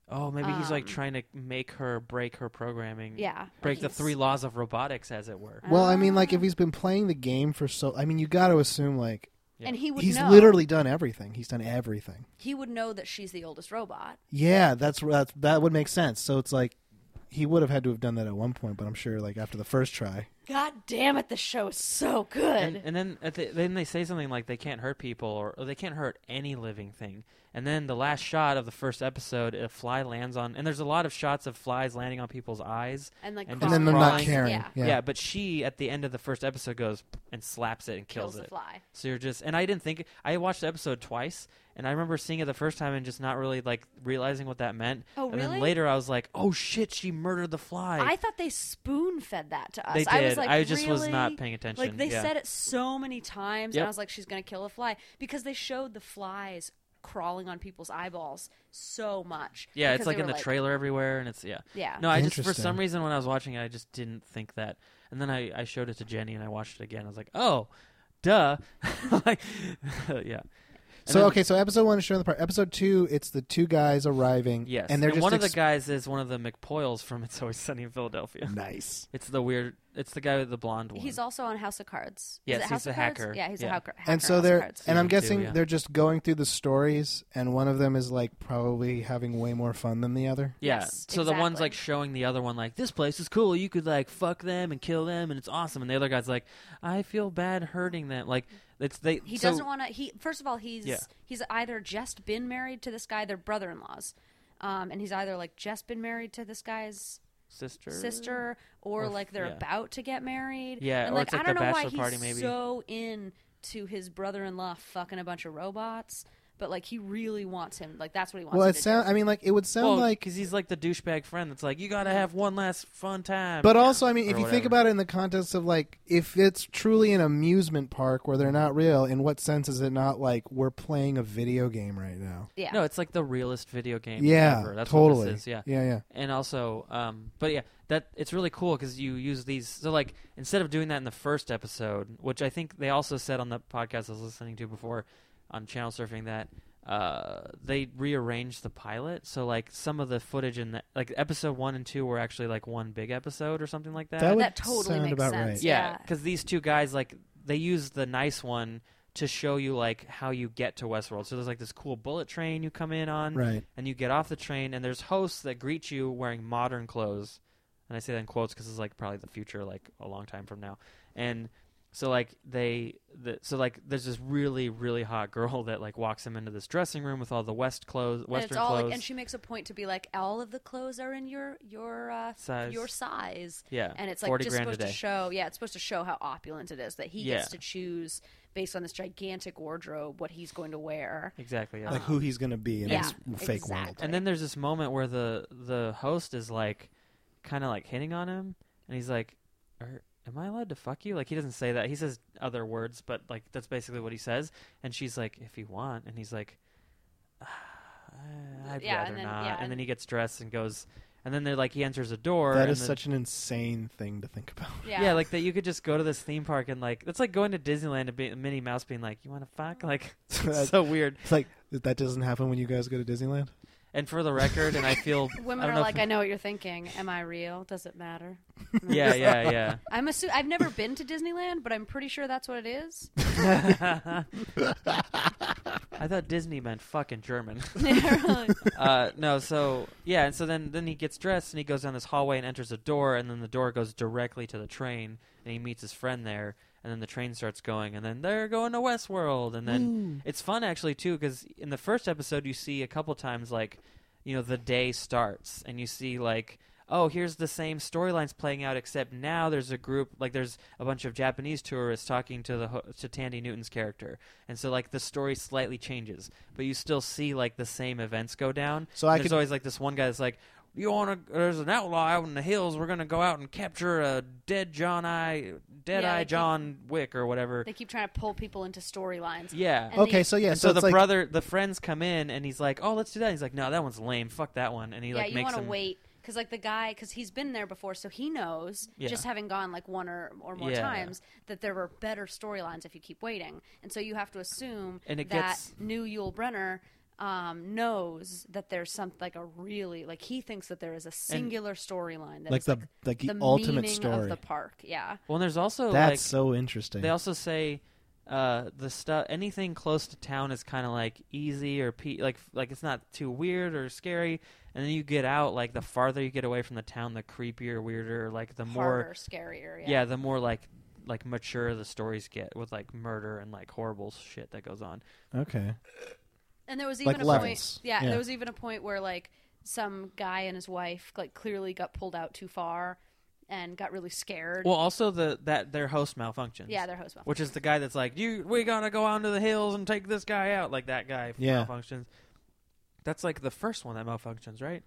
oh, maybe he's like um, trying to make her break her programming. Yeah, like break the he's- three laws of robotics, as it were. Well, I mean, like if he's been playing the game for so, I mean, you got to assume like Yeah. And he would he's know. literally done everything. He's done everything. he would know that she's the oldest robot. Yeah, that's that. That would make sense. So it's like he would have had to have done that at one point, but I'm sure like after the first try. God damn it, the show is so good. And, and then at the, then they say something like they can't hurt people or, or they can't hurt any living thing. And then the last shot of the first episode, a fly lands on, and there's a lot of shots of flies landing on people's eyes. And, like, and, And just then they're not crawling. caring. Yeah. Yeah. but she at the end of the first episode goes and slaps it and kills, kills the it. fly. So you're just, and I didn't think I watched the episode twice, and I remember seeing it the first time and just not really like realizing what that meant. Oh, And then really? later I was like, oh shit, she murdered the fly. I thought they spoon fed that to us. They I was did. like, I just was really? not paying attention. Like they Yeah. said it so many times, Yep. and I was like, she's gonna kill a fly because they showed the flies crawling on people's eyeballs so much. Yeah, because it's like they in were the trailer everywhere, and it's yeah. Yeah. No, I just for some Interesting. reason when I was watching it, I just didn't think that. And then I, I showed it to Jenny, and I watched it again. I was like, oh, duh, like yeah. And So then- okay, so episode one is showing the part. Episode two, it's the two guys arriving. Yes, and they're just one of ex- the guys is one of the McPoyles from It's Always Sunny in Philadelphia. nice. It's the weird. It's the guy with the blonde one. He's also on House of Cards. Yes, Is it he's House a of Cards? hacker. Yeah, he's a Yeah. hacker. hacker And so on House of they're Cards. and I'm Season two, guessing yeah. they're just going through the stories, and one of them is like probably having way more fun than the other. Yeah. Yes, so the one's exactly. like showing the other one like this place is cool. You could like fuck them and kill them and it's awesome. And the other guy's like, I feel bad hurting them. Like it's they. He so- doesn't want to. He first of all, he's Yeah. he's either just been married to this guy, their brother-in-laws, um, and he's either like just been married to this guy's sister. sister, or, Or- like they're yeah. about to get married. Yeah, and or like it's like I don't the know why bachelor he's party, maybe. so in to his brother-in-law fucking a bunch of robots, but like he really wants him. Like that's what he wants. Well, him it to sound. do. I mean, like it would sound Well, like because he's like the douchebag friend that's like, you gotta have one last fun time. But also, I mean, if Or you think whatever. about it in the context of like, if it's truly an amusement park where they're not real, in what sense is it not like we're playing a video game right now? yeah. no, it's like the realest video game. yeah, ever. that's totally. What this is. Yeah. yeah, yeah. and also um but yeah that it's really cool because you use these so like instead of doing that in the first episode which i think they also said on the podcast i was listening to before on channel surfing that uh they rearranged the pilot so like some of the footage in the like episode one and two were actually like one big episode or something like that, That would that totally sound makes about sense. right. yeah Yeah. because these two guys like they use the nice one to show you like how you get to westworld so there's like this cool bullet train you come in on Right. and you get off the train and there's hosts that greet you wearing modern clothes and i say that in quotes because it's like probably the future like a long time from now and so like they the, so like there's this really really hot girl that like walks him into this dressing room with all the west clothes western and it's all clothes like, and she makes a point to be like, all of the clothes are in your your uh, Size. your size. yeah and it's like 40 just grand supposed a to day show yeah it's supposed to show how opulent it is that he Yeah. gets to choose based on this gigantic wardrobe what he's going to wear exactly yeah. Like who he's going to be in Yeah, this fake world. exactly. and then there's this moment where the the host is like kind of like hitting on him and he's like are, am i allowed to fuck you like he doesn't say that he says other words but like that's basically what he says and she's like if you want and he's like "Ah, i'd Yeah, and rather then- not yeah, and, then and- he gets dressed and goes and then they're like he enters a door That and is then- such an insane thing to think about. yeah. like that you could just go to this theme park and like that's like going to disneyland and be, minnie mouse being like you want to fuck like it's so weird It's like that doesn't happen when you guys go to Disneyland. and for the record and i feel women I don't are know like if, i know what you're thinking am i real does it matter yeah yeah yeah i'm assu- i've never been to disneyland but i'm pretty sure that's what it is I thought Disney meant fucking German. Yeah, really. Uh, no, so yeah, and so then then he gets dressed and he goes down this hallway and enters a door, and then the door goes directly to the train, and he meets his friend there, and then the train starts going, and then they're going to Westworld, and then it's fun actually too because in the first episode you see a couple times like you know the day starts and you see like oh here's the same storylines playing out except now there's a group like there's a bunch of japanese tourists talking to the ho- to tandy newton's character and so like the story slightly changes but you still see like the same events go down So I And there's could- always like this one guy that's like you want to there's an outlaw out in the hills we're going to go out and capture a dead john i dead Yeah, eye they keep- john wick or whatever they keep trying to pull people into storylines yeah And okay, they- so yeah, and so, it's the like brother, the friends come in, and he's like, "Oh, let's do that." He's like, "No, that one's lame. Fuck that one." And he yeah like you makes want to him wait because like the guy because he's been there before so he knows Yeah. just having gone like one or, or more Yeah. times that there were better storylines if you keep waiting and so you have to assume And it that gets- new yule brenner um, knows that there's some like a really like he thinks that there is a singular storyline that like is, the like the, the ultimate meaning of story. the park yeah Well, and there's also That's like so interesting. they also say uh, the stuff anything close to town is kind of like easy or pe- like like it's not too weird or scary. And then you get out, like the farther you get away from the town, the creepier, weirder, like the more harder scarier yeah, the more like like mature the stories get with like murder and like horrible shit that goes on. okay. And there was even Like a levels. point. Yeah, Yeah. there was even a point where like some guy and his wife like clearly got pulled out too far and got really scared. Well, also the that their host malfunctions. yeah, their husband. which is the guy that's like, "You, we gotta go onto the hills and take this guy out." Like that guy Yeah. malfunctions. That's like the first one that malfunctions, right?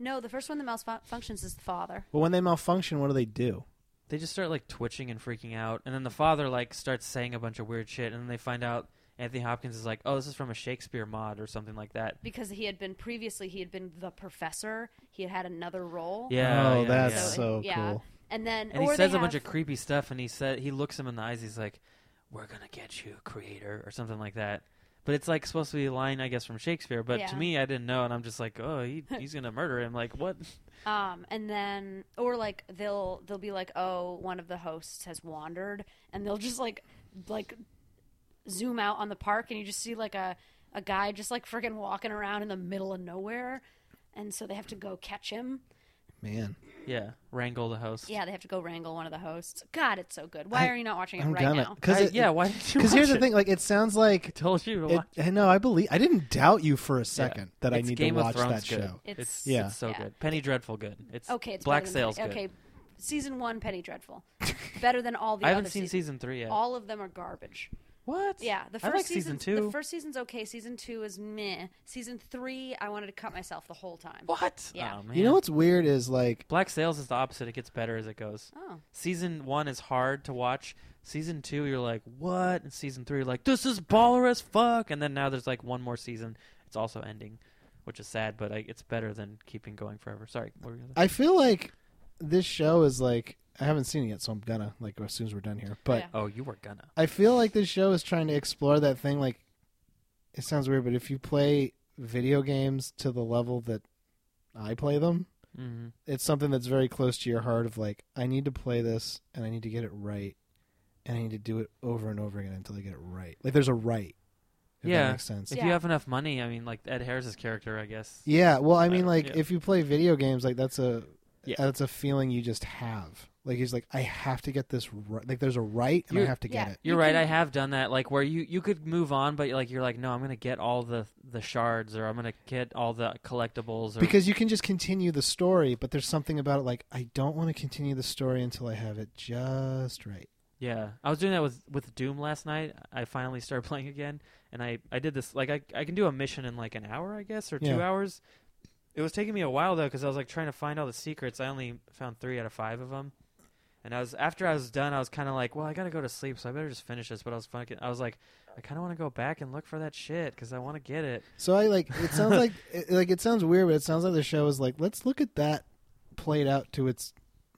No, the first one that malfunctions is the father. Well, when they malfunction, what do they do? They just start like twitching and freaking out, and then the father like starts saying a bunch of weird shit, and then they find out Anthony Hopkins is like, oh, this is from a Shakespeare mod or something like that. because he had been previously he had been the professor. He had had another role. Yeah. oh, yeah, that's yeah. so yeah. cool. And then And or he they says a bunch have- of creepy stuff, and he said he looks him in the eyes. He's like, "We're gonna get you, creator," or something like that. But it's like supposed to be a line, I guess, from Shakespeare. But Yeah. to me, I didn't know, and I'm just like, "Oh, he, he's gonna murder him!" Like what? Um, and then, or like they'll they'll be like, oh, one of the hosts has wandered, and they'll just like like zoom out on the park, and you just see like a a guy just like freaking walking around in the middle of nowhere, and so they have to go catch him. Man, Yeah, wrangle the host. Yeah, they have to go wrangle one of the hosts. God, it's so good. Why I- are you not watching it I'm right gonna now? I- because yeah. Why did you? Because Because here's the thing, like it sounds like I told you. to It, watch- I know. I believe. I didn't doubt you for a second that I It's need Game to of watch that Thrones good. show. It's- It's, it's Yeah. so yeah. good. Penny Dreadful good. It's Okay, it's Black better than- Sails good. Okay, season one, Penny Dreadful, better than all the I other haven't seen seasons. season three yet. All of them are garbage. what? Yeah, the I first like season, season two. The first season's okay. Season two is meh. Season three, I wanted to cut myself the whole time. What? Yeah. Oh, man. You know what's weird is like Black Sails is the opposite. It gets better as it goes. Oh, season one is hard to watch. Season two, you're like, what? And season three, you're like, this is baller as fuck. And then now there's like one more season. It's also ending, which is sad, but I, it's better than keeping going forever. Sorry. What were you gonna say? I feel like this show is like I haven't seen it yet, so I'm gonna like as soon as we're done here. But uh, Yeah. oh, you were gonna. I feel like this show is trying to explore that thing. Like it sounds weird, but if you play video games to the level that I play them, hmm it's something that's very close to your heart. Of like, I need to play this, and I need to get it right, and I need to do it over and over again until I get it right. Like there's a right. If that Yeah. makes sense. If Yeah. you have enough money, I mean, like Ed Harris's character, I guess. Yeah, well, I mean, Uh, like yeah. if you play video games, like that's a Yeah. that's a feeling you just have. Like he's like, I have to get this right. Like there's a right, and I You're- have to get Yeah. it. You're You right. can- I have done that, like where you you could move on, but like you're like, no, I'm gonna get all the the shards, or I'm gonna get all the collectibles, or Because you can just continue the story, but there's something about it. Like I don't want to continue the story until I have it just right. Yeah, I was doing that with with Doom last night. I finally started playing again, and I I did this like I I can do a mission in like an hour, I guess, or two Yeah. hours. It was taking me a while though because I was like trying to find all the secrets. I only found three out of five of them, and I was after I was done, I was kind of like, well, I gotta go to sleep, so I better just finish this. But I was fucking, I was like, I kind of want to go back and look for that shit because I want to get it. So I like it sounds like it, like it sounds weird, but it sounds like the show is like let's look at that played out to its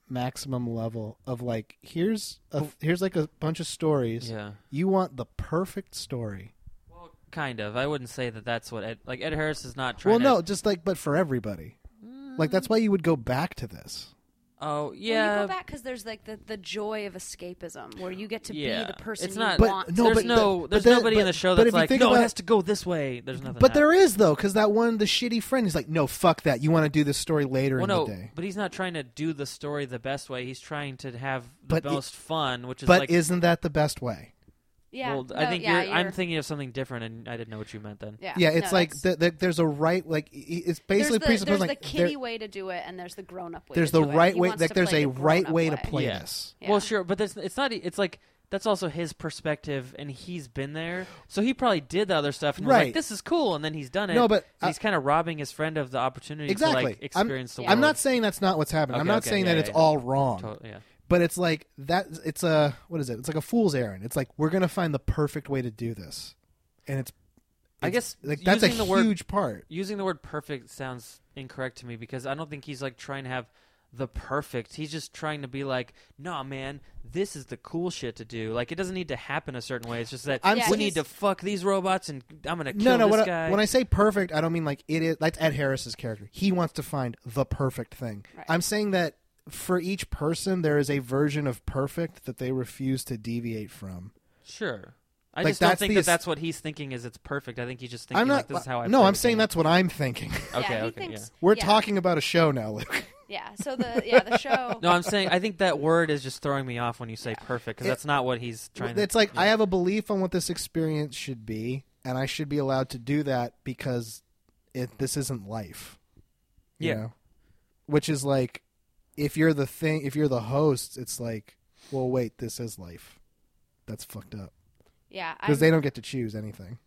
maximum level of like here's a here's like a bunch of stories. Oh. Yeah. You want the perfect story. Well, kind of. I wouldn't say that that's what Ed, like Ed Harris is not trying. well, no, To, just like, but for everybody. Like that's why you would go back to this. oh yeah. Well, you go back because there's like the, the joy of escapism where you get to Yeah. be the person It's you not- But want. no, there's but- no, but there's then- nobody in but- the show but that's if you like, think no, it about- has to go this way. There's nothing. But happening. there is though, because that one, the shitty friend, he's like, no, fuck that. You want to do this story later well, in no, the day. but he's not trying to do the story the best way. He's trying to have the But it- most fun, which is But like. isn't that the best way? yeah, well, no, I think yeah, you're, I'm thinking of something different, and I didn't know what you meant then. yeah, Yeah, it's no, like that's- the, the, there's a right, like i- i- it's there's basically the, presupposing there's like the there- kiddie way to do it, and there's the grown up way. there's to the do it. right He way. wants Like to there's play a the right grown-up way to way. play Yeah. this. Yeah. Well, sure, but that's, it's not. e, It's like that's also his perspective, and he's been there, so he probably did the other stuff, and was Right. like, "This is cool," and then he's done it. No, but, and uh, he's kind of robbing his friend of the opportunity Exactly. to like I'm- experience the Yeah. world. I'm not saying that's not what's happening. I'm Okay, not okay, saying yeah, that yeah, it's yeah. all wrong. Totally, yeah. But it's like that. It's a what is it? It's like a fool's errand. It's like we're gonna find the perfect way to do this, and it's. I it's- guess like that's a using the word- huge part. using the word perfect sounds incorrect to me because I don't think he's like trying to have the perfect. He's just trying to be like, nah, man, this is the cool shit to do. Like, it doesn't need to happen a certain way. It's just that I'm Yeah, we saying- need to fuck these robots and I'm gonna kill no, no. this When guy. I, when I say perfect, I don't mean like it is. That's Ed Harris's character. He wants to find the perfect thing. Right. I'm saying that for each person, there is a version of perfect that they refuse to deviate from. sure. I Like, just don't that's think the that es- that's what he's thinking is it's perfect. I think he's just thinking I'm not. like this is how I no, play I'm the saying game. that's what I'm thinking. Okay, yeah, he okay, thinks, yeah. We're yeah. talking about a show now, Luke. Yeah, so the yeah the show. No, I'm saying I think that word is just throwing me off when you say perfect because It- that's not what he's trying to it's like I have a belief on what this experience should be, and I should be allowed to do that because it this isn't life. you Yeah. know? Which is like if you're the thing if you're the host, it's like, well wait, this is life. That's fucked up. yeah, I'm, Because they don't get to choose anything.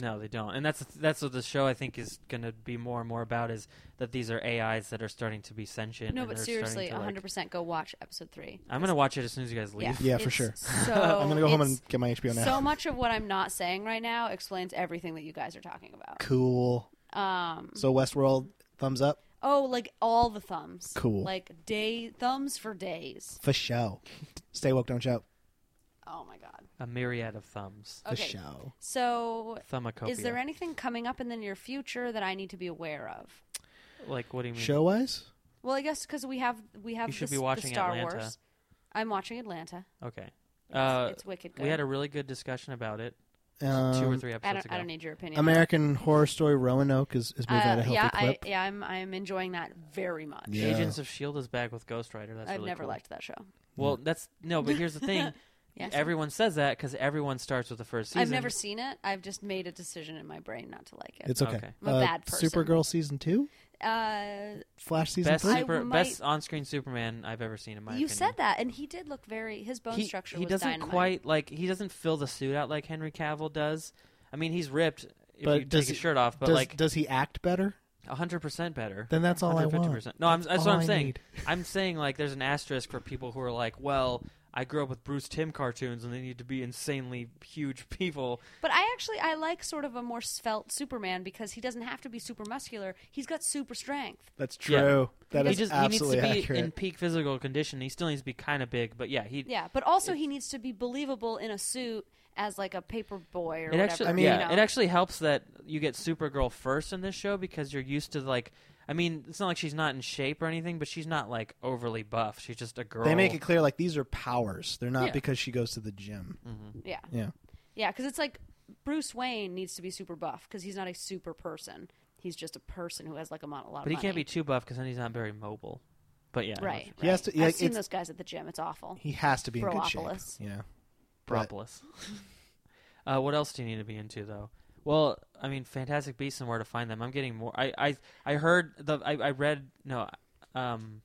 No, they don't, and that's that's what the show I think is going to be more and more about is that these are AIs that are starting to be sentient. No, and but they're starting seriously, to, like- 100% go watch episode three. I'm going to watch it as soon as you guys leave. Yeah, for It's sure. So I'm gonna go home it's- and get my HBO now. So much of what I'm not saying right now explains everything that you guys are talking about. cool. Um, So Westworld, thumbs up oh, like all the thumbs. Cool. Like day thumbs for days. for show. Stay woke, don't shout Oh my god. A myriad of thumbs. for Okay. show. So, Thumbacopia. is there anything coming up in the near future that I need to be aware of? like what do you mean? Show wise, Well, I guess because we have we have You should this- be watching the Star Atlanta. Wars. I'm watching Atlanta. Okay. It's, Uh, it's wicked good. we had a really good discussion about it um, two or three episodes I don't, ago. I don't need your opinion. American Horror Story Roanoke is, is moving at a Uh, healthy yeah, I, clip. yeah, I'm I'm enjoying that very much. Yeah. Agents of Shield E is back with Ghost Rider. That's I've really never cool. liked that show. Well, that's no, but here's the thing. Yes. Everyone says that because everyone starts with the first season. I've never seen it. I've just made a decision in my brain not to like it. it's okay. Okay. I'm a Uh, bad person. Supergirl season two, uh, Flash season best three. I super, might- best on screen Superman I've ever seen in my you opinion. said that, and he did look very. His bone he, structure he was doesn't dynamite. quite like he doesn't fill the suit out like Henry Cavill does. I mean, he's ripped if But you does take his he- shirt off, but does, like does he act better? hundred percent better. Then that's all I want. 150%. No, I'm, that's what all I'm I saying. need. I'm saying like there's an asterisk for people who are like, well, I grew up with Bruce Tim cartoons and they need to be insanely huge people. But I actually I like sort of a more svelte Superman because he doesn't have to be super muscular. He's got super strength. That's true. Yeah. That he is just he needs to absolutely be accurate. in peak physical condition. He still needs to be kind of big, but yeah, he Yeah, but also he needs to be believable in a suit as like a paper boy or It whatever. actually, I mean- yeah, you know? it actually helps that you get Supergirl first in this show because you're used to like. I mean, it's not like she's not in shape or anything, but she's not like overly buff. She's just a girl. They make it clear like these are powers. They're not Yeah. Mm. because she goes to the gym. yeah, Yeah. yeah, because it's like Bruce Wayne needs to be super buff because he's not a super person. He's just a person who has like a, mon- a lot of but he money. can't be too buff because then he's not very mobile. But yeah, I know what right. you- He has right. to- yeah, I've seen it's- those guys at the gym. It's awful. He has to be in good shape. Bropolis. Yeah. But- Propolis. uh, what else do you need to be into though? Well, I mean, Fantastic Beasts and Where to Find Them. I'm getting more. I I, I heard the I, I read no, um,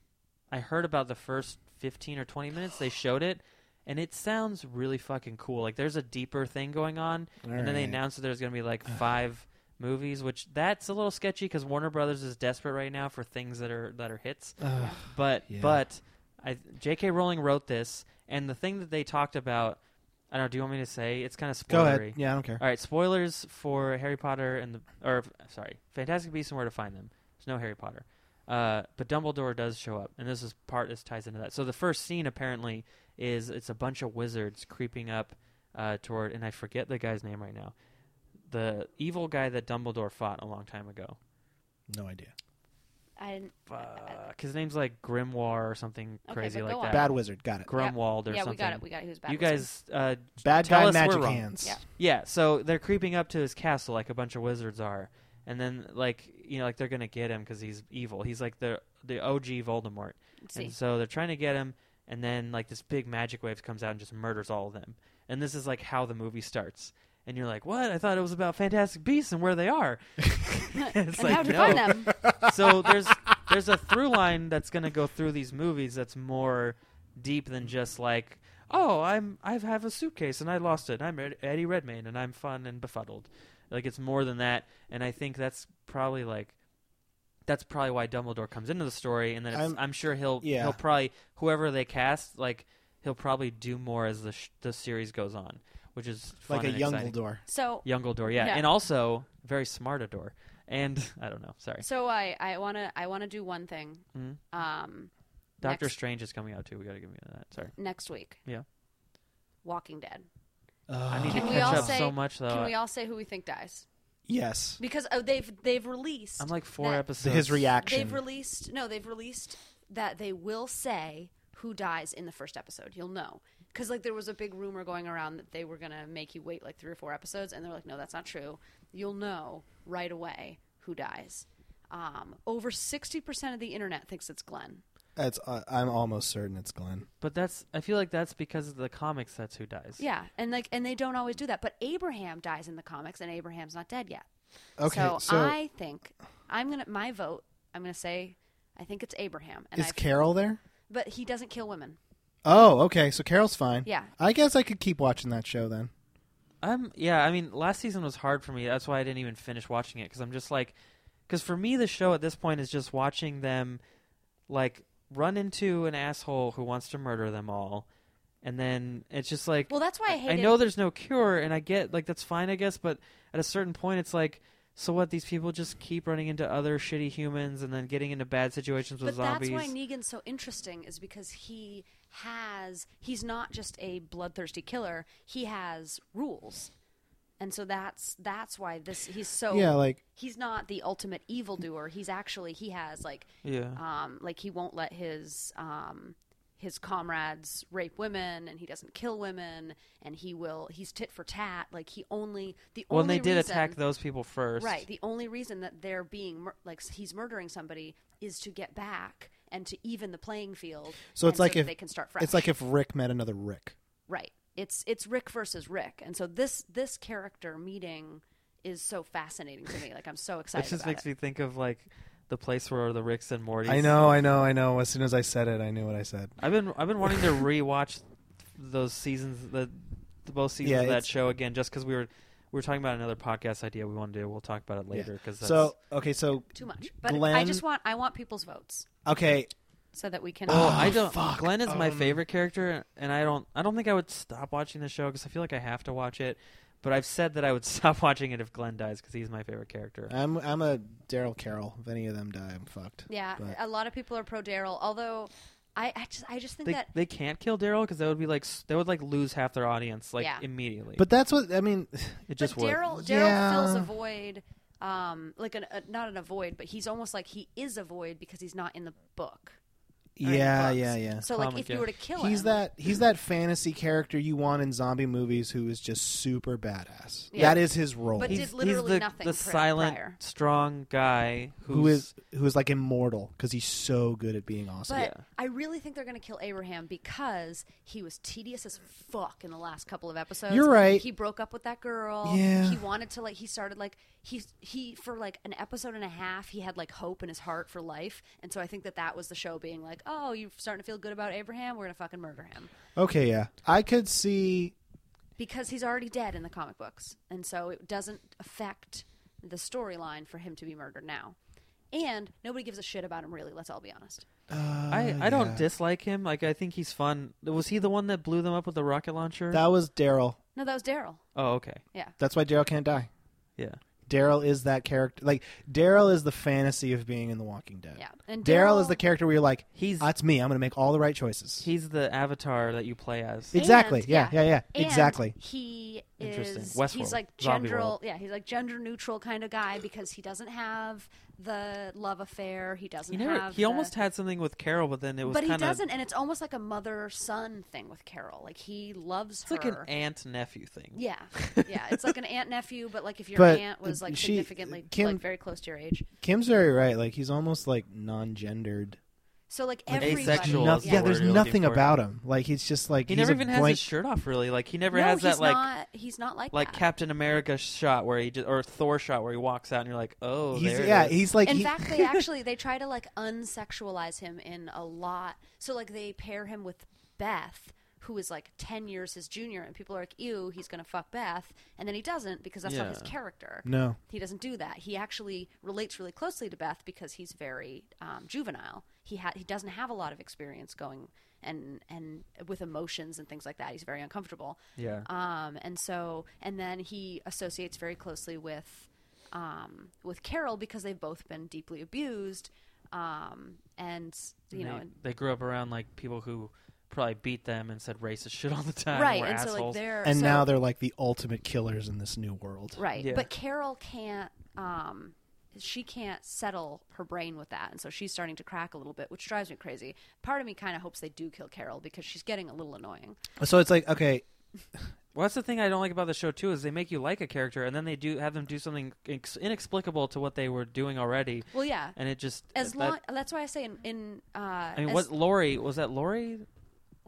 I heard about the first 15 or 20 minutes they showed it, and it sounds really fucking cool. Like there's a deeper thing going on, and then they Alright. announced that there's gonna be like five movies, which that's a little sketchy because Warner Brothers is desperate right now for things that are that are hits Ugh. but Yeah. but I, J.K. Rowling wrote this, and the thing that they talked about, I don't. know, Do you want me to say it's kind of spoilery? Go ahead. Yeah, I don't care. All right, spoilers for Harry Potter and the or sorry, Fantastic Beasts and Where to Find Them. There's no Harry Potter, uh, but Dumbledore does show up, and this is part this ties into that. So the first scene apparently is it's a bunch of wizards creeping up uh, toward, and I forget the guy's name right now, the evil guy that Dumbledore fought a long time ago. No idea. I didn't. Fuck, his name's like Grimoire or something Okay, crazy but like go that. on. Bad wizard. Got it. Grumwald or yeah, something. we got it. We got it. He was bad. you with him. guys, uh, Bad Tell guy us we're magic wrong. hands. Yeah. yeah. So they're creeping up to his castle like a bunch of wizards are, and then like you know like they're gonna get him because he's evil. He's like the the OG Voldemort, Let's see. and so they're trying to get him. And then like this big magic wave comes out and just murders all of them. And this is like how the movie starts. And you're like, what? I thought it was about Fantastic Beasts and where they are. it's and how to find them. so there's there's a through line that's going to go through these movies that's more deep than just like oh i'm i have a suitcase and i lost it i'm Ed- eddie redmayne and i'm fun and befuddled like it's more than that and i think that's probably like that's probably why dumbledore comes into the story and then it's, I'm, I'm- sure he'll yeah. he'll probably whoever they cast like he'll probably do more as the sh- the series goes on which is fun Like a and exciting. Youngledore. So Youngledore, yeah. Yeah. and also very smartador and i don't know sorry So I I want to I want to do one thing. Mhm. Um Doctor next, Strange is coming out too. We got to give me that. Sorry, next week. Yeah. Walking Dead. Uh, I need to Can we catch all up say- so much though. Can we all say who we think dies? Yes. Because oh, they've they've released I'm like four that- So episodes. his reaction. They've released no, they've released that they will say who dies in the first episode. You'll know. Cuz like there was a big rumor going around that they were going to make you wait like 3 or 4 episodes and they're like no, that's not true. You'll know right away who dies. Um, over 60% of the internet thinks it's Glenn. That's. Uh, I'm almost certain it's Glenn. but that's. I feel like that's because of the comics. That's who dies. Yeah, and like, and they don't always do that. But Abraham dies in the comics, and Abraham's not dead yet. Okay. so, So, I think I'm gonna my vote. I'm gonna say I think it's Abraham, and is I Carol there? but he doesn't kill women. Oh, okay. So Carol's fine. Yeah. I guess I could keep watching that show then. I'm yeah. I mean, last season was hard for me. That's why I didn't even finish watching it because I'm just like, because for me, the show at this point is just watching them, like, run into an asshole who wants to murder them all, and then it's just like, Well, that's why I I hated. know there's no cure, and I get like that's fine, I guess, but at a certain point, it's like, so what? These people just keep running into other shitty humans and then getting into bad situations with but zombies. that's why Negan's so interesting is because he has he's not just a bloodthirsty killer. He has rules, and so that's that's why this he's so yeah, like he's not the ultimate evildoer. He's actually he has like yeah, um, like he won't let his um, his comrades rape women and he doesn't kill women and he will he's tit for tat like he only the well, and only they did reason, attack those people first, right the only reason that they're being mur- like s- he's murdering somebody is to get back and to even the playing field So it's and like that if- they can start fresh it's like if Rick met another Rick. right it's it's Rick versus Rick and so this this character meeting is so fascinating to me like I'm so excited It just about makes it. me think of like the place where the Ricks and Mortys. I know, I know, I know. As soon as I said it, I knew what I said. I've been I've been wanting to rewatch those seasons the, the both seasons Yeah, of that it's- show again just because we were we were talking about another podcast idea we want to do. We'll talk about it later because So okay, so too much but I Glenn- just want I want people's votes okay, so that we can Oh, I don't. fuck. Glenn is my Um, favorite character, and I don't. I don't think I would stop watching the show because I feel like I have to watch it. But I've said that I would stop watching it if Glenn dies because he's my favorite character. I'm I'm a Daryl Carroll. If any of them die, I'm fucked. Yeah, But- a lot of people are pro Daryl. Although, I, I just I just think They, that they can't kill Daryl because that would be like s- they would like lose half their audience like Yeah. immediately. But that's what I mean. it just but would. Daryl Daryl Yeah. fills a void, um, like an, a, not an avoid, but he's almost like he is a void because he's not in the book. or in the Yeah, books. yeah, yeah. So like, Comic, if you yeah. were to kill He's him, that he's that fantasy character you want in zombie movies who is just super badass. Yeah. That is his role. But he's, did literally he's the, nothing the pri- silent, prior. strong guy who's, who is who is like immortal because he's so good at being awesome. But Yeah. I really think they're going to kill Abraham because he was tedious as fuck in the last couple of episodes. You're right. He broke up with that girl. Yeah. He wanted to like. He started like he he for like an episode and a half. He had like hope in his heart for life, and so I think that that was the show being like, oh, you're starting to feel good about Abraham. We're gonna fucking murder him okay, yeah, I could see. because he's already dead in the comic books, and so it doesn't affect the storyline for him to be murdered now. And nobody gives a shit about him, really. Let's all be honest. Uh, I, I don't yeah. dislike him. Like I think he's fun. Was he the one that blew them up with the rocket launcher? That was Daryl. No, that was Daryl. oh, okay. Yeah. That's why Daryl can't die. Yeah. Daryl is that character. Like Daryl is the fantasy of being in The Walking Dead. Yeah. And Daryl is the character where you're like, He's that's me. I'm going to make all the right choices. he's the avatar that you play as. exactly. And- yeah, yeah, yeah. And Exactly. He Interesting. is. Westworld. He's like Zombie gender. world. Yeah, he's like gender neutral kind of guy because he doesn't have the love affair. He doesn't He never. have. He the- almost had something with Carol, but then it was But he kind of. doesn't, and it's almost like a mother son thing with Carol. Like he loves It's her. like an aunt nephew thing. yeah, yeah. It's like an aunt nephew, but like if your But aunt was like she- significantly Kim- like very close to your age. Kim's very right. Like he's almost like non-gendered. So like Like, everybody. asexual Noth- is the yeah, there's word you're looking nothing for. about him. Like he's just like He he's never a even has blank. his shirt off. Really, like he never No, has that he's like not. He's not like like that. Captain America shot where he just or Thor shot where he walks out and you're like, oh, he's, there it yeah, is. he's like in he- fact, they actually they try to like unsexualize him in a lot. So like they pair him with Beth, who is like ten years his junior, and people are like, "Ew, he's gonna fuck Beth," and then he doesn't because that's not his Yeah. character. no. He doesn't do that. He actually relates really closely to Beth because he's very um, juvenile. He ha- he doesn't have a lot of experience going and and with emotions and things like that. He's very uncomfortable. yeah. Um, and so, and then he associates very closely with, um, with Carol because they've both been deeply abused. Um, and you And know, they, and, they grew up around like people who probably beat them and said racist shit all the time. right. were And so like assholes. they're, And so- now they're like the ultimate killers in this new world. right. Yeah. But Carol can't, um, she can't settle her brain with that. And so she's starting to crack a little bit, which drives me crazy. Part of me kind of hopes they do kill Carol because she's getting a little annoying. So it's like okay, Well, that's the thing I don't like about the show too is they make you like a character and then they do have them do something ex- inexplicable to what they were doing already, Well, yeah. and it just As that- long, that's why I say in, in uh, I mean, as- what Lori was that Lori?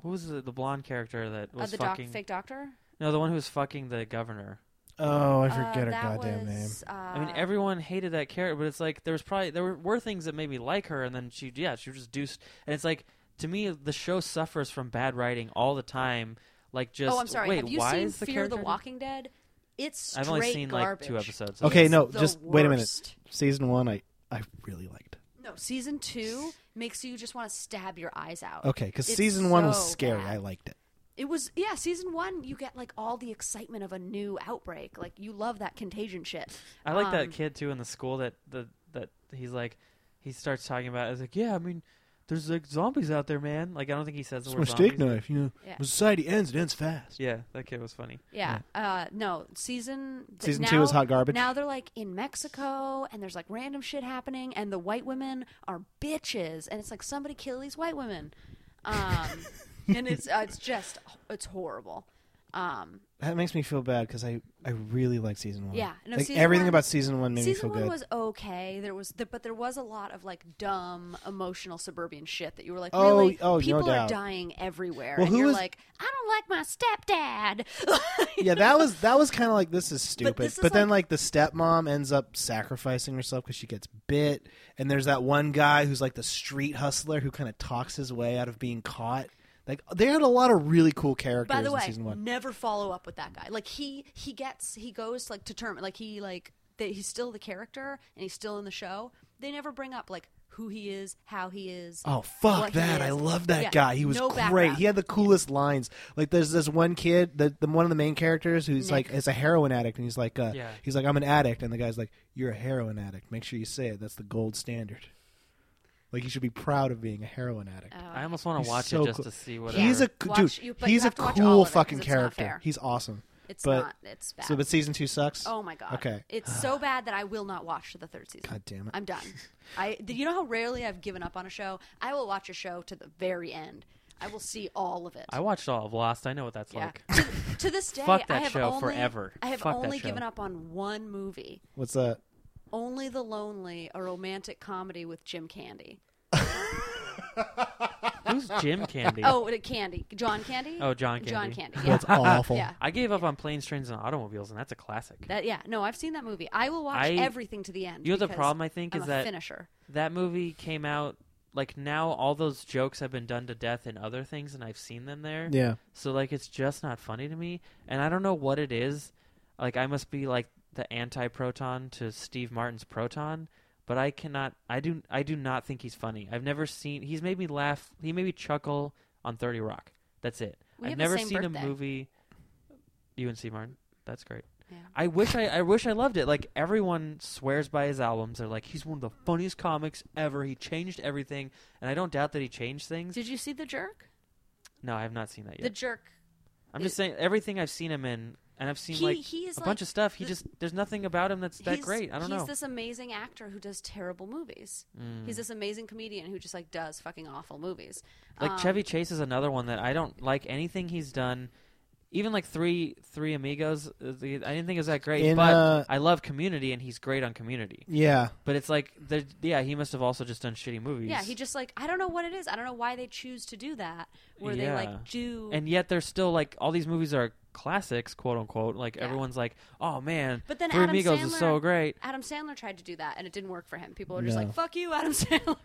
Who was the, the blonde character that uh, was the doc, fucking? fake doctor. No, the one who was fucking the governor. oh, I Uh, forget her that goddamn name. was, Uh, I mean, everyone hated that character, but it's like there was probably there were, were things that made me like her, and then she yeah she was just deuced, and it's like to me the show suffers from bad writing all the time. Like just oh, I'm sorry. wait Have you why seen is the Fear character the Walking Dead? It's straight I've only seen garbage. like two episodes. of Okay, this. no, the just wait a minute. worst. Season one, I I really liked. No, season two makes you just want to stab your eyes out. Okay, because It's season one was so scary. bad. I liked it. It was yeah, season one. You get like all the excitement of a new outbreak. Like you love that contagion shit. I like Um, that kid too in the school that the that he's like he starts talking about. It's like, yeah, I mean, there's like zombies out there, man. Like I don't think he says the word zombies. knife. You know, Yeah. when society ends, it ends fast. Yeah, that kid was funny. Yeah. Uh, no, season th- Season now, two is hot garbage. Now they're like in Mexico, and there's like random shit happening, and the white women are bitches, and it's like somebody kill these white women, um, and it's uh, it's just it's horrible. Um, That makes me feel bad because I I really like season one. Yeah, no, like season everything one- about season one made season me one feel good. was okay. There was, there, but there was a lot of like dumb, emotional suburban shit that you were like, Oh, really? oh, no people doubt. are dying everywhere, Well, and who you're was- like, I don't like my stepdad. yeah, that was that was kind of like this is stupid. But, this is then like the stepmom ends up sacrificing herself because she gets bit, and there's that one guy who's like the street hustler who kind of talks his way out of being caught. Like they had a lot of really cool characters By the in way, season one. never follow up with that guy. Like he he gets he goes like to term like he like they, he's still the character and he's still in the show. They never bring up like who he is, how he is. Oh fuck what he that! I is. love that Yeah, guy. He was no great. background. He had the coolest lines. Like there's this one kid, the, the one of the main characters who's Nick. like is a heroin addict, and he's like, uh, Yeah. he's like, I'm an addict, and the guy's like, you're a heroin addict. Make sure you say it. That's the gold standard. Like you should be proud of being a heroin addict. I almost want He's to watch so it just cool. to see what. He's a ever- c- Oh, Watch- dude. you- but you he's a have to watch all cool of it 'cause fucking it's not character. fair. He's awesome. it's but- not. It's bad. So, but season two sucks. oh my god. Okay. It's so bad that I will not watch the third season. God damn it. I'm done. I do you know how rarely I've given up on a show? I will watch a show to the very end. I will see all of it. I watched all of Lost. I know what that's Yeah. like. to, to this day, Fuck that I have show only, forever. I have Fuck that only show. given up on one movie, What's that? Only the Lonely, a romantic comedy with Jim Candy. Who's Jim Candy? Oh, uh, Candy, John Candy. Oh, John John Candy. Candy. Yeah. That's awful. yeah. I gave up on planes, trains, and automobiles, and that's a classic. That yeah. No, I've seen that movie. I will watch I- everything to the end. you know the because problem I think I'm is a that finisher. that movie came out like now all those jokes have been done to death in other things and I've seen them there. Yeah. So like it's just not funny to me and I don't know what it is. Like I must be like the anti-proton to Steve Martin's proton, but I cannot I do I do not think he's funny. I've never seen he's made me laugh. He made me chuckle on 30 Rock. That's it. We I've have the never same seen birthday. a movie you and C Martin. That's great. Yeah. I wish I, I wish I loved it. Like everyone swears by his albums. They're like he's one of the funniest comics ever. He changed everything, and I don't doubt that he changed things. Did you see the Jerk? No, I have not seen that The yet. Jerk. I'm just saying everything I've seen him in, and I've seen He like he is a like bunch of stuff. He the- just there's nothing about him that's that he's- great. I don't he's know. this amazing actor who does terrible movies. Mm. He's this amazing comedian who just like does fucking awful movies. Like Um, Chevy Chase is another one that I don't like anything he's done. Even like three three amigos, uh, the- I didn't think it was that great. In, but uh, I love Community, and he's great on Community. Yeah. But it's like, there- yeah, he must have also just done shitty movies. Yeah, he just like I don't know what it is. I don't know why they choose to do that. Where they Yeah. like do and yet they're still like all these movies are classics, quote unquote. Like Yeah. everyone's like, oh man, But then Three Adam Amigos is so Sandler- great. Adam Sandler tried to do that and it didn't work for him. People are just No. like, "Fuck you, Adam Sandler."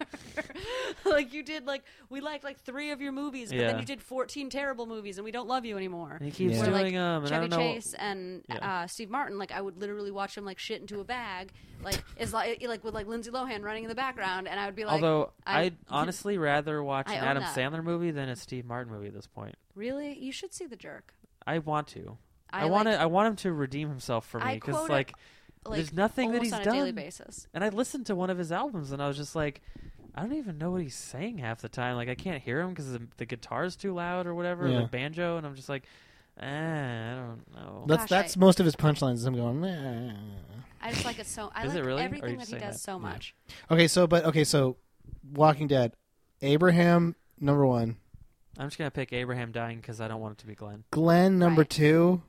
like you did like we liked like 3 of your movies, but then Yeah. you did 14 terrible movies and we don't love you anymore. And he keeps Yeah. Where, doing like, them, Um, and I Chevy don't know. Chase and Yeah. uh, Steve Martin, like I would literally watch him like shit into a bag, like is like like with like Lindsay Lohan running in the background, and I would be like, Although I- I'd honestly rather watch I an own Adam that. Sandler movie than a Steve Martin movie at this point. "Really, you should see The Jerk." I want to. I, like, want to. I want him to redeem himself for me I because quote it, like, like, there's nothing that almost he's on a done. daily basis. And I listened to one of his albums, and I was just like, I don't even know what he's saying half the time. Like I can't hear him because the, the guitar's too loud or whatever, Yeah. or the banjo, and I'm just like, eh, I don't know. That's Gosh, that's I- most of his punchlines. is Him going. "Nah." I just like it so. I Is it like really? Or you everything that just he saying does that? so much. Okay. So, but okay. So, Walking Dead, Abraham number one, I'm just gonna pick Abraham dying because I don't want it to be Glenn. Glenn number Right. two,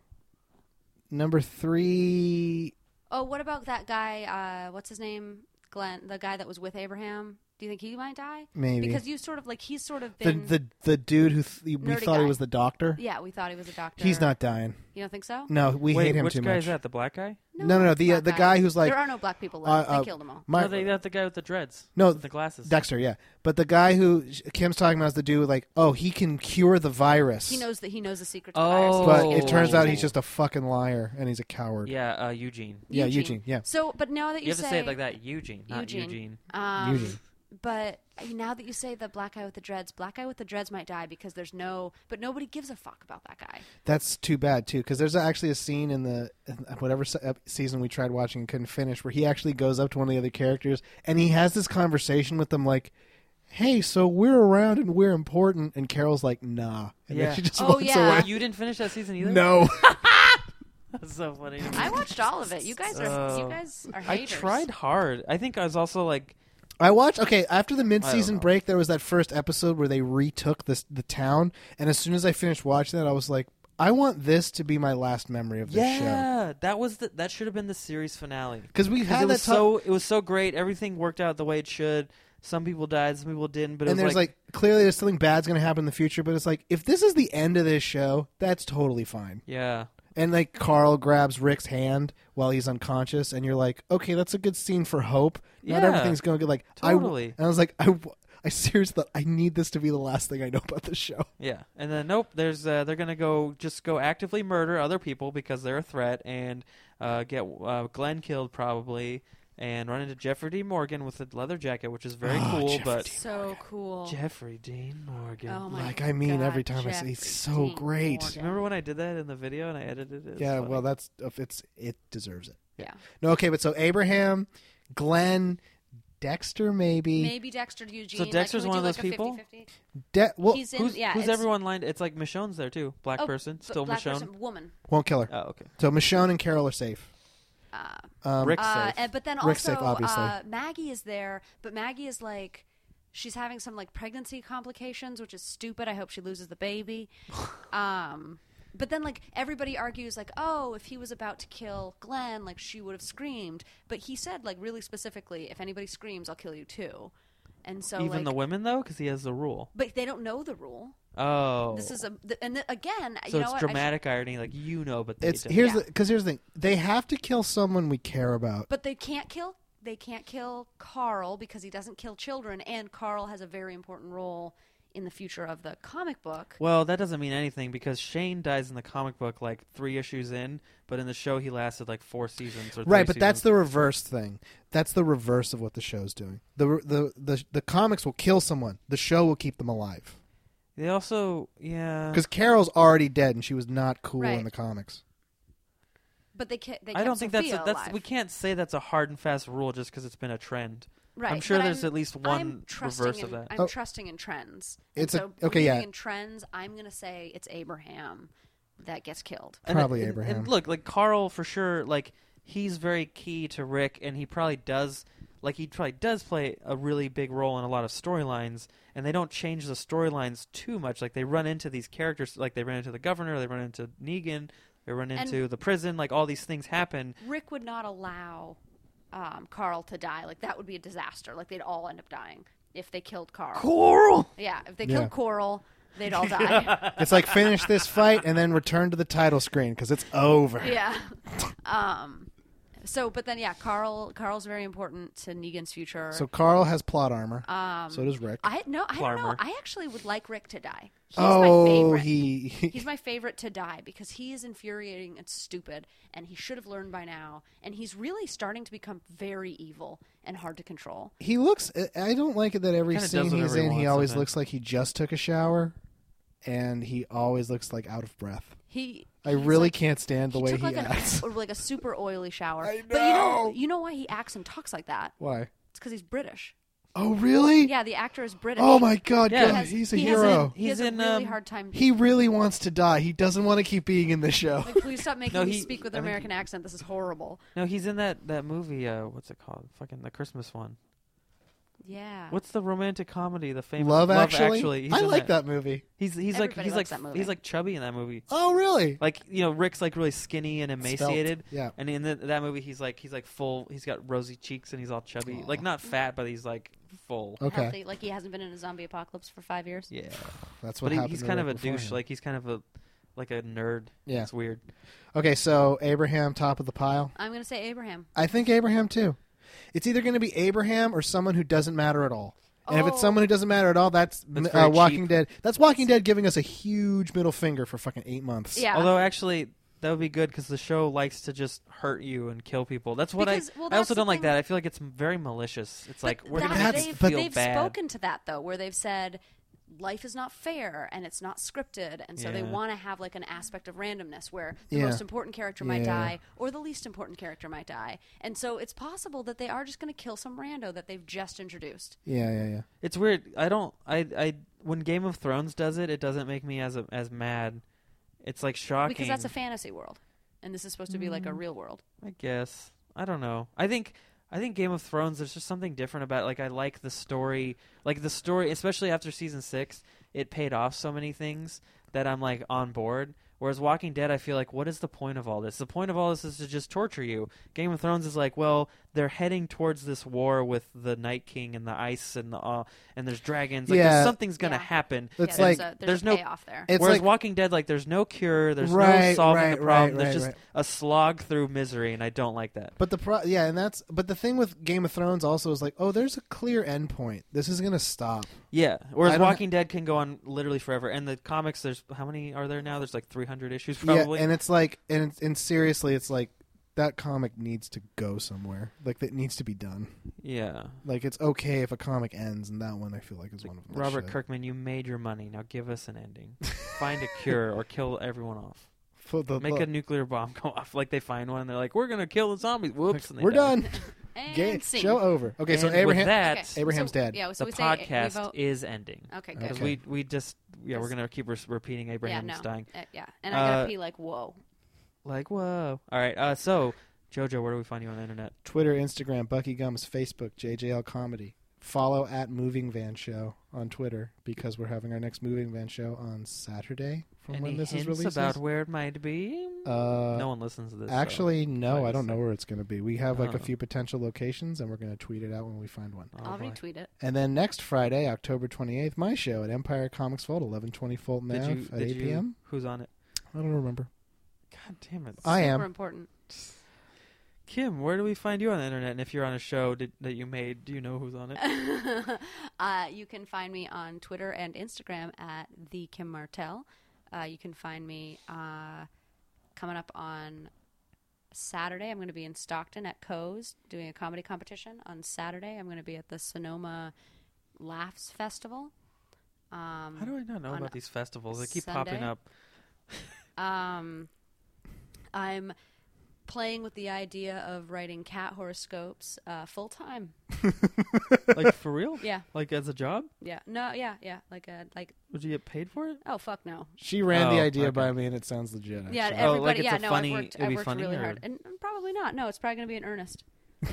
number three. Oh, what about that guy? Uh, what's his name? Glenn, the guy that was with Abraham. Do you think he might die? Maybe. because you sort of like he's sort of the been. the the dude who th- we Nerdy thought guy. he was the doctor. yeah, we thought he was a doctor. He's not dying. You don't think so? No, we Wait, hate him which too guy is much. that? The black guy? No, no, no, the, uh, black the guy who's like- there are no black people left. uh, uh, they killed them all. My- no, they, that the guy with the dreads. No, with the glasses. Dexter, yeah. But the guy who Kim's talking about is the dude like, oh, he can cure the virus. He knows that he knows the secret. Oh. to But the virus. it turns out he's just a fucking liar and he's a coward. yeah, uh, Eugene. yeah, Eugene, yeah. So, but now that You, you, have to say it like that, Eugene, not Eugene. Eugene. Um, Eugene. But now that you say the black guy with the dreads, black guy with the dreads might die because there's no. But nobody gives a fuck about that guy. That's too bad too, because there's actually a scene in the in whatever se- ep- season we tried watching and couldn't finish, where he actually goes up to one of the other characters and he has this conversation with them like, "Hey, so we're around and we're important," and Carol's like, "Nah," and Yeah. then she just Oh, walks yeah. Wait, away. you didn't finish that season either. No, that's so funny. I watched all of it. You guys are. Oh. you guys are I haters. tried hard. I think I was also like, I watched. Okay, after the mid-season know. break, there was that first episode where they retook this the town, and as soon as I finished watching that, I was like, "I want this to be my last memory of this show." yeah, that was the, that should have been the series finale. Because we've Because had it that was talk- so it was so great. Everything worked out the way it should. Some people died, some people didn't. But it and was there's like, clearly there's something bad's going to happen in the future but it's like if this is the end of this show that's totally fine yeah, and like carl grabs rick's hand while he's unconscious and you're like okay that's a good scene for hope not Yeah. everything's going good like I w- Totally. and i was like i w- i seriously thought i need this to be the last thing i know about this show yeah. And then nope, there's uh, they're gonna go just go actively murder other people because they're a threat and uh, get uh, Glenn killed probably and run into Jeffrey D. Morgan with a leather jacket, which is very Oh, cool. Jeffrey but Dean So cool. Jeffrey Dean Morgan. Oh my like i mean God, every time i Jeff see it's so Dean great Morgan. Remember when I did that in the video and I edited it? It's yeah funny. well that's if it's it deserves it Yeah. no okay but so abraham glenn dexter maybe, Maybe Dexter Eugene. So like, Dexter's can we one do, of like, those a people? 50-50? De- well He's in. who's, yeah. who's it's- everyone lined? It's like Michonne's there too. Black oh, person, b- still black Michonne. person, woman. won't kill her Oh, okay. So Michonne and Carol are safe. Uh, Um, Rick's Uh, safe. and- but then Rick's also, safe, obviously. Uh, Maggie is there, but Maggie is like, she's having some like pregnancy complications, which is stupid. I hope she loses the baby. um, but then like everybody argues like, oh, if he was about to kill Glenn, like she would have screamed. But he said like really specifically, if anybody screams, I'll kill you too. And so Even like, the women though, because he has the rule. but they don't know the rule. Oh, This is a th- and th- again, so you know it's what? I should- dramatic irony. Like you know, but they It's don't. here's Yeah. because here's the thing. They have to kill someone we care about. But they can't kill. They can't kill Carl because he doesn't kill children, and Carl has a very important role in the future of the comic book. Well, that doesn't mean anything because Shane dies in the comic book like three issues in, but in the show he lasted like four seasons or Right, three but that's seasons. the reverse thing. That's the reverse of what the show's doing. The the the, the comics will kill someone. The show will keep them alive. they also yeah. Because Carol's already dead, and she was not cool in Right. the comics. But they can't. They I don't kept think Sophia that's a, that's alive. we can't say that's a hard and fast rule just because it's been a trend. Right, I'm sure but there's I'm- at least I'm one trusting reverse in, of that. I'm Oh. trusting in trends. It's a- and so okay, believing yeah. In trends, I'm gonna say it's Abraham that gets killed. And- Probably and- Abraham. And look, like Carl for sure, like he's very key to Rick, and he probably does, like he probably does play a really big role in a lot of storylines. And they don't change the storylines too much. Like they run into these characters, like they run into the governor, they run into Negan, they run into the prison. Like all these things happen. Rick would not allow um, Carl to die. Like that would be a disaster. Like they'd all end up dying if they killed Carl. Coral. Yeah, if they Yeah. killed Coral, they'd all die. It's like finish this fight and then return to the title screen because it's over. yeah um so but then yeah carl carl's very important to negan's future So Carl has plot armor. um so does Rick. i no i don't know Clarmer. i actually would like rick to die he's my oh, favorite he, he he's my favorite to die because he is infuriating and stupid and he should have learned by now and he's really starting to become very evil and hard to control he looks. I- I don't like it that every Kinda does scene whatever he's he in, he wants always sometimes. looks like he just took a shower, and he always looks like out of breath. he I he's really like- can't stand the he way took he like an- acts. or like a super oily shower I but you know. know you know why he acts and talks like that Why? it's because he's british Oh, really? yeah the actor is british Oh my God, Yeah. God, He has- he's a he has an- hero. he has He's a in, really um, hard time. He really wants to die. He doesn't want to keep being in this show. like, please stop making No, me he- speak with I an think American accent. This is horrible. No, he's in that that movie. Uh, what's it called? Fucking the Christmas one. Yeah. What's the romantic comedy? The famous Love, Actually. He's I in like that. movie. He's he's like Everybody he's like loves that movie. he's like chubby in that movie. Oh, really? Like you know, Rick's like really skinny and emaciated, Spelt. Yeah. and in the, that movie he's like he's like full. He's got rosy cheeks and he's all chubby, Aw. like not fat, but he's like full. Okay. Healthy, like he hasn't been in a zombie apocalypse for five years. Yeah, That's what but he, happened he's to kind of a Rick douche. beforehand. Like he's kind of a like a nerd. Yeah. it's weird. Okay, so Abraham top of the pile. I'm gonna say Abraham. I think Abraham too. It's either going to be Abraham or someone who doesn't matter at all. And if Oh. it's someone who doesn't matter at all, that's, That's uh, very Walking cheap. Dead. That's Walking Dead giving us a huge middle finger for fucking eight months. Yeah. Although actually that would be good because the show likes to just hurt you and kill people. That's what Because- I well, I also that's don't the like thing- that. I feel like it's very malicious. It's like we're gonna make that- that's- you they've, feel they've bad. spoken to that though, where they've said life is not fair and it's not scripted, and so they Yeah. want to have like an aspect of randomness where the Yeah. most important character might Yeah. die or the least important character might die, and so it's possible that they are just going to kill some rando that they've just introduced. Yeah, yeah, yeah. It's weird. I don't. I. I. When Game of Thrones does it, it doesn't make me as as mad. It's like shocking. Because that's a fantasy world, and this is supposed to be Mm. like a real world. I guess. I don't know. I think. I think Game of Thrones. There's just something different about. It. Like I like the story. Like the story, especially after season six, it paid off so many things that I'm like on board. Whereas Walking Dead, I feel like, what is the point of all this? The point of all this is to just torture you. Game of Thrones is like, well, they're heading towards this war with the Night King and the ice and the uh, and there's dragons. Like Yeah. there's something's gonna Yeah. happen. It's yeah, there's, like- a, there's, there's a no- payoff there. It's Whereas like Walking Dead, like there's no cure, there's Right, no solving right, the problem. right, there's right, just right. a slog through misery, and I don't like that. But the pro- yeah, and that's but the thing with Game of Thrones also is like, oh, there's a clear end point. This is gonna stop. Yeah. I Whereas don't Walking Dead can go on literally forever, and the comics, there's how many are there now? There's like 300 issues probably. Yeah, and it's like, and it's, and seriously, it's like that comic needs to go somewhere. Like that needs to be done. Yeah. Like it's okay if a comic ends, and that one I feel like is one of them. that Robert should. Kirkman, you made your money. Now give us an ending. Find a cure or kill everyone off. For the- Make the- a nuclear bomb go off. Like they find one, and they're like, "We're gonna kill the zombies." Whoops, and they We're die. done. And Game, scene. show over. Okay, so And with Abraham. that, Okay, Abraham's so- dead. Yeah, the so we say we podcast vote- is ending. Okay, good. Because Okay. we we just yeah we're Yes. gonna keep res- repeating Yeah, Abraham's no. dying. Uh, yeah, and I gotta Uh, be like, whoa. Like whoa! All right, uh, so Jojo, where do we find you on the internet? Twitter, Instagram, Bucky Gums, Facebook, JJL Comedy. Follow at Moving Van Show on Twitter because we're having our next Moving Van Show on Saturday from Any when this hints is released. about where it might be? uh, no one listens to this. so- Actually, no, Wait I a don't know where it's going to be. We have like a Oh. few potential locations, and we're going to tweet it out when we find one. Oh, I'll boy. retweet it. And then next Friday, October twenty eighth, my show at Empire Comics Fold, eleven twenty Fold Did Nav you? at did eight you- p.m. Who's on it? I don't remember. God damn it! I Super am. important. Kim, where do we find you on the internet? And if you're on a show did, that you made, do you know who's on it? uh, you can find me on Twitter and Instagram at the Kim Martell. Uh, you can find me uh, coming up on Saturday. I'm going to be in Stockton at Co's doing a comedy competition. On Saturday, I'm going to be at the Sonoma Laughs Festival. Um, How do I not know On about these festivals? They keep popping Sunday? up. Um, I'm playing with the idea of writing cat horoscopes uh, full time. like for real? Yeah, Like as a job? yeah, no, yeah, yeah. Like a like. Would you get paid for it? Oh fuck no. She ran the Oh, idea okay. by me, and it sounds legit. Yeah, actually. Oh, everybody. like it's yeah, a no, funny- I've worked. it'd I've be worked funny really or- hard, and and probably not. No, it's probably going to be in earnest.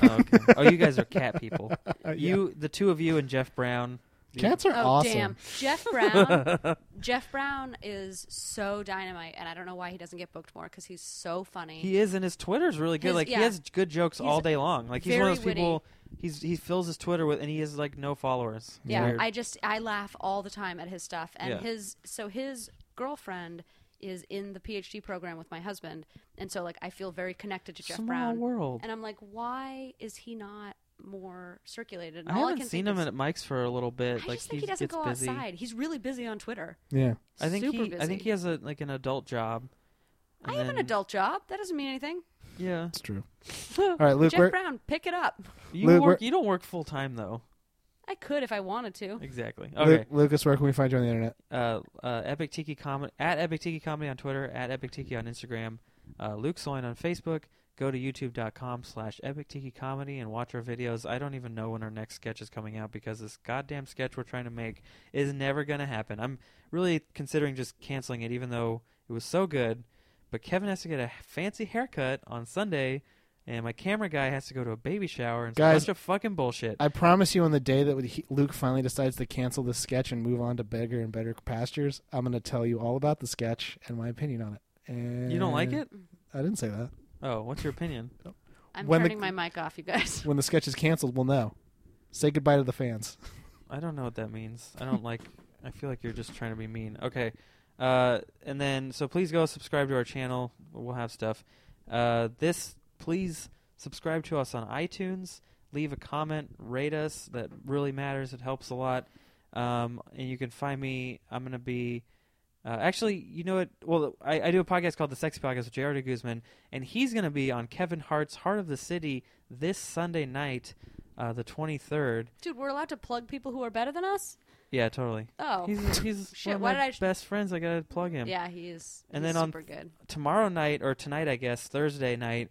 Oh, okay. oh, you guys are cat people. Oh, Uh, You, the two of you, and Jeff Brown. you- Cats are oh awesome. damn, Jeff Brown. Jeff Brown is so dynamite, and I don't know why he doesn't get booked more because he's so funny. He is, and his Twitter's really good. His- like yeah. he has good jokes He's all day long. Like he's one very of those people. He's he fills his Twitter with, and he has like no followers. Yeah, Weird. I just I laugh all the time at his stuff and Yeah. his so his girlfriend is in the PhD program with my husband and so like I feel very connected to Jeff Small Brown. world. And I'm like why is he not more circulated? And I all haven't can seen think him is- at Mike's for a little bit. I like just think he doesn't gets go busy. outside. He's really busy on Twitter. Yeah. I think Super he. I think busy. he has a like an adult job. I And have an then- adult job. That doesn't mean anything. Yeah, It's true. All right, Luke. Jeff where- Brown, pick it up. you Luke, work. we're- You don't work full time though. I could if I wanted to. Exactly. Lu- Okay. Lucas, where can we find you on the internet? Uh, uh, Epic Tiki Comedy at Epic Tiki Comedy on Twitter, at Epic Tiki on Instagram, uh, Luke Soin on Facebook. Go to youtube.com slash epic tiki comedy and watch our videos. I don't even know when our next sketch is coming out because this goddamn sketch we're trying to make is never going to happen. I'm really considering just canceling it, even though it was so good. But Kevin has to get a fancy haircut on Sunday, and my camera guy has to go to a baby shower and it's Guys, a bunch of fucking bullshit. I promise you, on the day that he, Luke finally decides to cancel the sketch and move on to bigger and better pastures, I'm going to tell you all about the sketch and my opinion on it. And you don't like it? I didn't say that. Oh, what's your opinion? I'm When the- turning my mic off, you guys. When the sketch is canceled, we'll know. Say goodbye to the fans. I don't know what that means. I don't like. I feel like you're just trying to be mean. Okay, uh, and then so please go subscribe to our channel. We'll have stuff. Uh, this please subscribe to us on iTunes. Leave a comment, rate us. That really matters. It helps a lot. Um, and you can find me. I'm gonna be. Uh, actually, you know what? Well, I, I do a podcast called The Sexy Podcast with J.R.D. Guzman, and he's going to be on Kevin Hart's Heart of the City this Sunday night, uh, the 23rd. Dude, we're allowed to plug people who are better than us? Yeah, totally. Oh. He's he's Shit, one why of my did I sh- best friends. I gotta plug him. yeah, he is. And he's then on- super good. Tomorrow night or tonight, I guess Thursday night,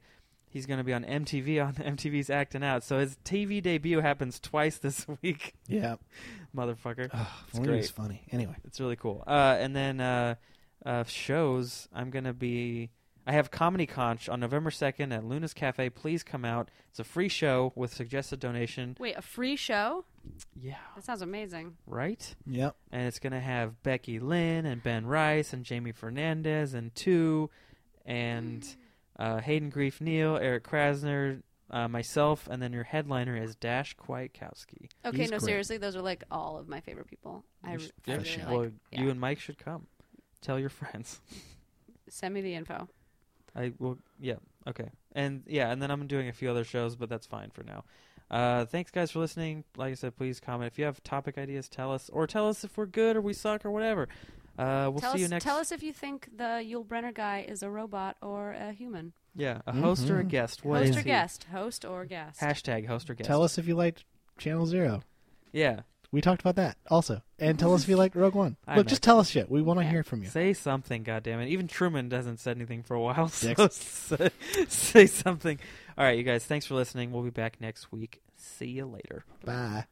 he's gonna be on MTV on MTV's Acting Out. So his TV debut happens twice this week, Yeah. motherfucker. it's great. great. funny. Anyway. It's really cool. Uh, and then uh, uh, shows. I'm gonna be. I have Comedy Conch on November 2nd at Luna's Cafe. Please come out. It's a free show with suggested donation. Wait, a free show? Yeah. That sounds amazing. Right? Yep. and it's gonna have Becky Lynn and Ben Rice and Jamie Fernandez and two, and Mm. uh, Hayden Grief Neal, Eric Krasner, uh, myself, and then your headliner is Dash Kwiatkowski. Okay, He's no, great. seriously, those are like all of my favorite people. I, You re- should- I yeah, really sure. like. well, yeah. you and Mike should come. Tell your friends. Send me the info. I will. Yeah. Okay. And yeah, and then I'm doing a few other shows, but that's fine for now. Uh, thanks guys for listening. Like I said, please comment if you have topic ideas. Tell us, or tell us if we're good or we suck or whatever. Uh, we'll tell see us, you next. Tell us if you think the Yul Brenner guy is a robot or a human. Yeah, a host or a Mhm. guest. What host is or he? guest. Host or guest. Hashtag host or guest. Tell us if you liked Channel Zero. Yeah. We talked about that also. And tell us if you liked Rogue One. I Look, know. just tell us shit. We want to Yeah. hear from you. Say something, goddammit. Even Truman doesn't said anything for a while. So Dicks. say, say something. All right, you guys, thanks for listening. We'll be back next week. See you later. Bye.